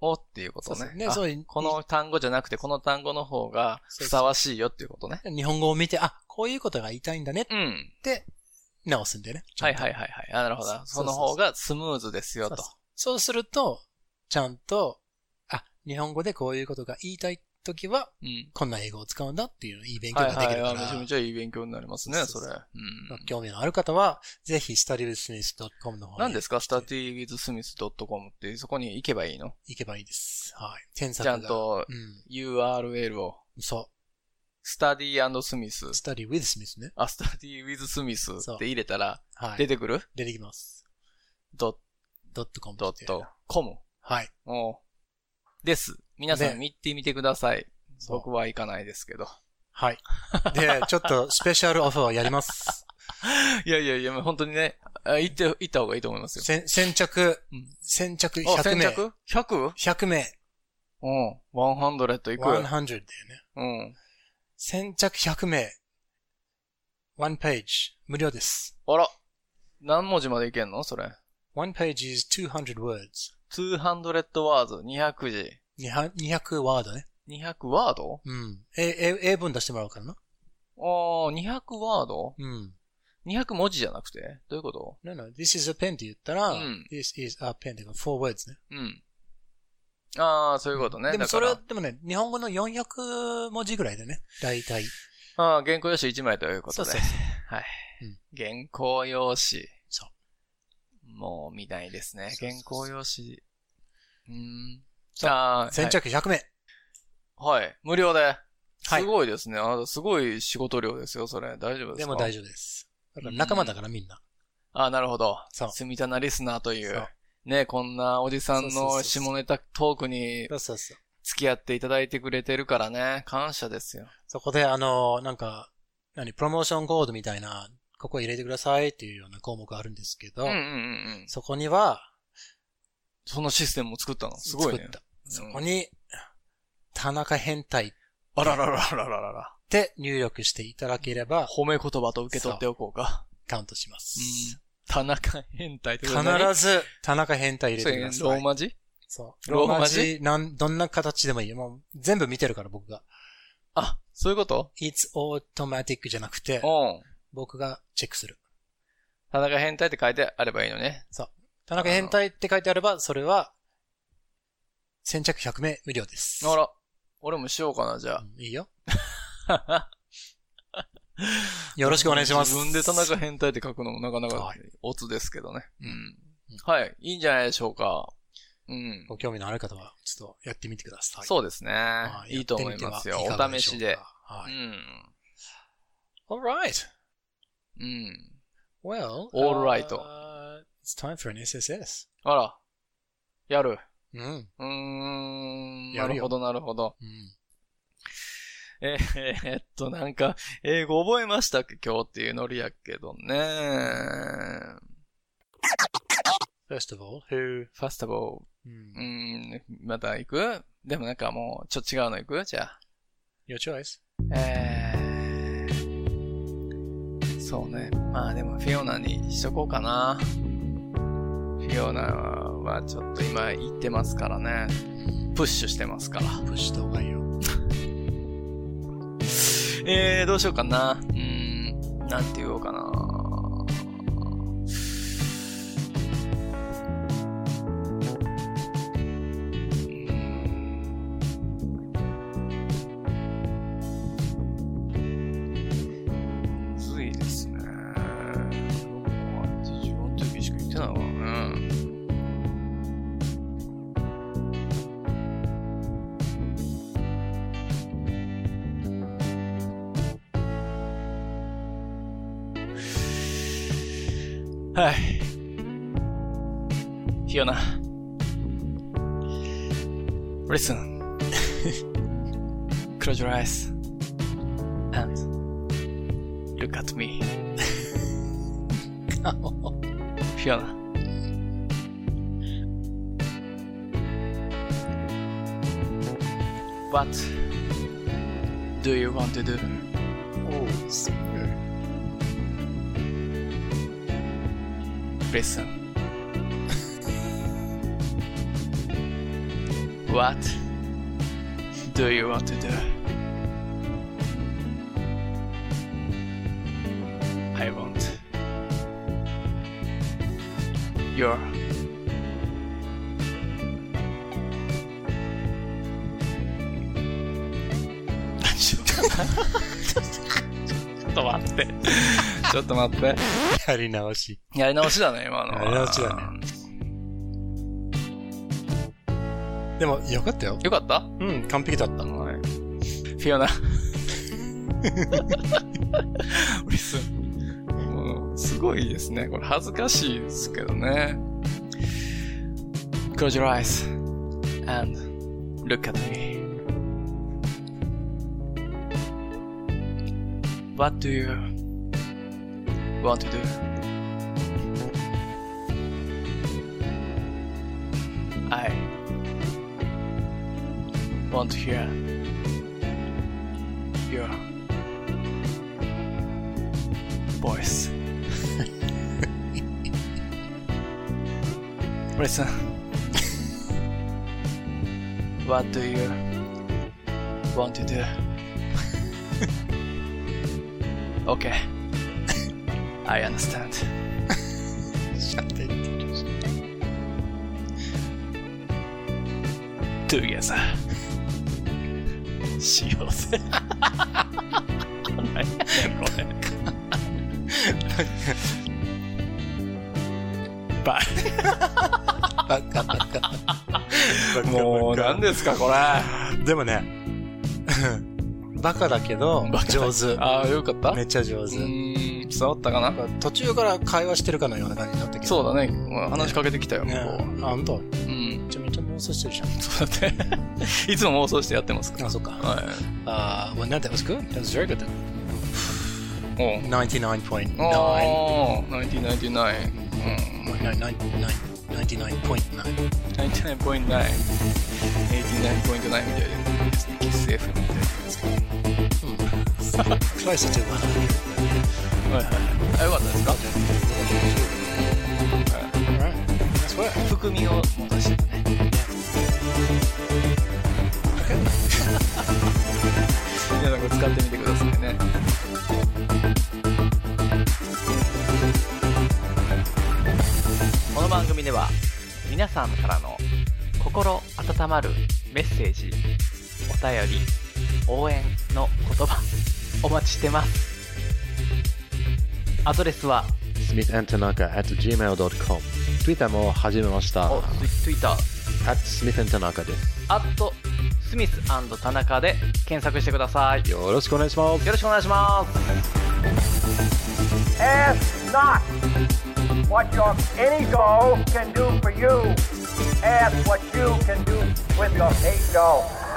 Speaker 1: をっていうことね。
Speaker 2: そうそうね
Speaker 1: あ
Speaker 2: そういう
Speaker 1: この単語じゃなくて、この単語の方がふさわしいよっていうことね。
Speaker 2: 日本語を見て、あ、こういうことが言いたいんだねっ
Speaker 1: うん。
Speaker 2: て、直すんだよね。ちゃ
Speaker 1: は
Speaker 2: ん
Speaker 1: い
Speaker 2: と
Speaker 1: はいはいはい。あ、なるほど。
Speaker 2: そ
Speaker 1: そう
Speaker 2: そうそう
Speaker 1: の方がスムーズですよと。
Speaker 2: そうすると、ちゃんと、あ、日本語でこういうことが言いたいときは、
Speaker 1: うん。
Speaker 2: こんな英語を使うんだっていういい勉強
Speaker 1: は
Speaker 2: が
Speaker 1: い
Speaker 2: で
Speaker 1: は
Speaker 2: き
Speaker 1: い
Speaker 2: る
Speaker 1: あめ
Speaker 2: か
Speaker 1: ちゃ
Speaker 2: ら
Speaker 1: め、ちゃいい勉強になりますね、
Speaker 2: そ
Speaker 1: そう
Speaker 2: そう
Speaker 1: れ。
Speaker 2: そう
Speaker 1: うん。
Speaker 2: 興味のある方は、ぜひ studywithsmith.com の方に
Speaker 1: 何ですか ?studywithsmith.com ってそこに行けばいいの
Speaker 2: 行けばいいです。はい。添削
Speaker 1: ち
Speaker 2: が。
Speaker 1: ゃん。と
Speaker 2: う
Speaker 1: URL を。
Speaker 2: ん。そ
Speaker 1: studyandsmith
Speaker 2: う。。studywithsmith ね。
Speaker 1: あ、studywithsmith って入れたら
Speaker 2: はい。
Speaker 1: 出てくる
Speaker 2: 出てきます。
Speaker 1: ドッ
Speaker 2: .com
Speaker 1: ドットコム。
Speaker 2: はい。
Speaker 1: おうです。皆さ
Speaker 2: ね
Speaker 1: ん見てみてください。
Speaker 2: そう
Speaker 1: 僕は行かないですけど。
Speaker 2: はい。で、ちょっとスペシャルオファーをや ります。
Speaker 1: いやいやいや、もう本当にね、あ行って、行った方がいいと思いますよ。
Speaker 2: 先先着
Speaker 1: うん、
Speaker 2: 先着
Speaker 1: あ
Speaker 2: 100名。
Speaker 1: 100?
Speaker 2: 100名。
Speaker 1: うん。100いく。
Speaker 2: 100だよね。
Speaker 1: うん。
Speaker 2: 先着100名。1 page. 無料です。
Speaker 1: あら。何文字までいけんのそれ。
Speaker 2: 1 page is 200 words.
Speaker 1: 200 words、200字。
Speaker 2: には200ワードね。
Speaker 1: 200ワード
Speaker 2: うん。え、え、英文出してもらおうかな。
Speaker 1: ああ、200ワード
Speaker 2: うん。
Speaker 1: ?200 文字じゃなくてどういうこと
Speaker 2: No, no, this is a pen って言ったら、
Speaker 1: うん
Speaker 2: this is a pen っていうか、4 words ね。
Speaker 1: うん。ああ、そういうことね。
Speaker 2: でも
Speaker 1: だか
Speaker 2: それ
Speaker 1: ら
Speaker 2: は、でもね、日本語の400文字ぐらいだね。大体。
Speaker 1: ああ、原稿用紙1枚ということで。
Speaker 2: そうそう
Speaker 1: はい、
Speaker 2: うん
Speaker 1: 原稿用紙。
Speaker 2: そ
Speaker 1: もう見ないですね。
Speaker 2: そうそうそ
Speaker 1: 原
Speaker 2: う
Speaker 1: 稿用紙。うーん。ああ、
Speaker 2: 先着100名。
Speaker 1: はい。はい。無料で。
Speaker 2: はい
Speaker 1: すごいですね。あのすごい仕事量ですよ、それ。大丈夫ですか
Speaker 2: でも大
Speaker 1: 丈
Speaker 2: 丈夫です。だから仲間だからみんな。
Speaker 1: 夫。ああ、なるほど。
Speaker 2: そう
Speaker 1: 住みたなリスナーとい
Speaker 2: そうう。
Speaker 1: ね、こんなおじさん
Speaker 2: そうそうそうそ
Speaker 1: の
Speaker 2: う
Speaker 1: 下ネタトークに
Speaker 2: そうそうそう。
Speaker 1: 付き合っていただいてくれてるからね。感謝ですよ。
Speaker 2: そこで、あの、なんか、何、プロモーションコードみたいな、ここ入れてくださいっていうような項目あるんですけど、
Speaker 1: うんうんうんうん。
Speaker 2: そこには、
Speaker 1: そのシステムも作ったのすごいね。
Speaker 2: 作った。
Speaker 1: うん
Speaker 2: そこに、田中変態っ
Speaker 1: あららららららら。
Speaker 2: て入力していただければ、
Speaker 1: 褒め言葉と受け取っておこうか。
Speaker 2: カウントします。
Speaker 1: 田中変態って
Speaker 2: 必
Speaker 1: こと何
Speaker 2: ず、田中変態入れてくだ
Speaker 1: それ
Speaker 2: さ
Speaker 1: ロー
Speaker 2: い。
Speaker 1: マ字
Speaker 2: そう。
Speaker 1: ロ
Speaker 2: ロ
Speaker 1: ー
Speaker 2: ー
Speaker 1: マ
Speaker 2: マ
Speaker 1: 字
Speaker 2: 字、なん、どんな形でもいいよ。もう、全部見てるから、僕が。
Speaker 1: あ、そういうこと
Speaker 2: it's automatic じゃなく
Speaker 1: う
Speaker 2: て、
Speaker 1: ん。
Speaker 2: 僕がチェックする。
Speaker 1: 田中変態って書いてあればいいのね。
Speaker 2: 田中変態って書いてあれば、それは、先着100名無料です。
Speaker 1: あら。俺もしようかな、じゃ
Speaker 2: うんい いよ。
Speaker 1: あ。
Speaker 2: よろしくお願いします。
Speaker 1: 自分で田中変態って書くのもなかなか
Speaker 2: はい
Speaker 1: オツですけどね。
Speaker 2: うん
Speaker 1: うん。はい。いいんじゃないでしょうか。うん。
Speaker 2: ご興味のある方は、ちょっとやってみてください。
Speaker 1: そうですね
Speaker 2: は。
Speaker 1: いいと思いますよ。
Speaker 2: やって
Speaker 1: お
Speaker 2: みてはいかが
Speaker 1: 試
Speaker 2: しょ
Speaker 1: し
Speaker 2: うか
Speaker 1: で。う
Speaker 2: はい。
Speaker 1: ん。
Speaker 2: Alright.
Speaker 1: うん。
Speaker 2: Well.
Speaker 1: All right.
Speaker 2: uh, It's time for an SSS.
Speaker 1: あら。やる。
Speaker 2: うん。
Speaker 1: うーん。な
Speaker 2: やる
Speaker 1: る
Speaker 2: よ
Speaker 1: ほど、なるほど。
Speaker 2: うん。
Speaker 1: えーえーっと、なんか、英語覚えましたっけ今日っていうノリやけどね。
Speaker 2: First of all, who?
Speaker 1: ファスタボ
Speaker 2: う
Speaker 1: ー。うんん、また行くでもなんかもう、ちょっと違うの行くじゃあ。
Speaker 2: Your choice.
Speaker 1: えー、そうね。まあでも、フィオナにしとこうかな。フィオナはちょっと今行ってますからね。プッシュしてますから。
Speaker 2: プッシュした方がいいよ。
Speaker 1: えー、どうしようかな。うーん、なんて言おうかな。むずいですね。自分の時しか言ってないわね。はい。ヒヨナ。Listen. Close your eyes. And look at me. ヒヨナ。What do you want to do?
Speaker 2: Oh, super.
Speaker 1: Listen. what do you want to do? I want your ?Your ちょっと待って。ちょっと待って。
Speaker 2: やり直し。
Speaker 1: やり直しだね、今のは。
Speaker 2: やり直しだね。でも、よかったよ。
Speaker 1: よかった
Speaker 2: うん、完璧だった。
Speaker 1: はい。フ ィオナ。オリス。もう、すごいですね。これ恥ずかしいですけどね。Close your eyes and look at me. What do you want to do? I want to hear your voice. Listen. what do you want to do? okay. I understand.
Speaker 2: シャッて
Speaker 1: Together. しよう ぜ。何やねんこれ。バ
Speaker 2: バカバカ。
Speaker 1: もう、 何ですか、これ。あ
Speaker 2: でもね、バカだけど、上手。
Speaker 1: あー、よかった
Speaker 2: めっちゃ上
Speaker 1: う
Speaker 2: 手。
Speaker 1: ーん、伝わったかな
Speaker 2: 途中から会話してるかのような感じだったけど。
Speaker 1: そうだね。もう話しかけてきたよ、
Speaker 2: ね。
Speaker 1: こ
Speaker 2: あ、ほんと。
Speaker 1: う。うん。
Speaker 2: めちゃめちゃ妄想してるじゃ
Speaker 1: そうだね。 いつも妄想してやってますか
Speaker 2: ん。あ、そっか。
Speaker 1: ら。はい。
Speaker 2: あ、well, no, that was good. That was very good.
Speaker 1: おう。
Speaker 2: 99.9.
Speaker 1: おー、1999。うん。
Speaker 2: 99.9.
Speaker 1: 99.9。89.9みたいで。キス F みたいですけど。
Speaker 2: Closer to 100.
Speaker 1: はいはいはい。あ、よかったですか
Speaker 2: Alright. That's what.
Speaker 1: 含みを持たせてね。皆さんこれ使ってみてくださいね。
Speaker 4: この番組では皆さんからの心温まるメッセージお便り応援の言葉お待ちしてますアドレスは
Speaker 8: smithandtanaka at gmail.com。Twitter も始めました。
Speaker 4: お
Speaker 8: at
Speaker 4: Twitter
Speaker 8: smithandtanaka です。
Speaker 4: アットスミス田中で検索してくださいよ
Speaker 8: よろしくお願いします。
Speaker 4: ろしくお願いします
Speaker 6: Ask not what your any dough can do for you. Ask what you can do with your eight dough.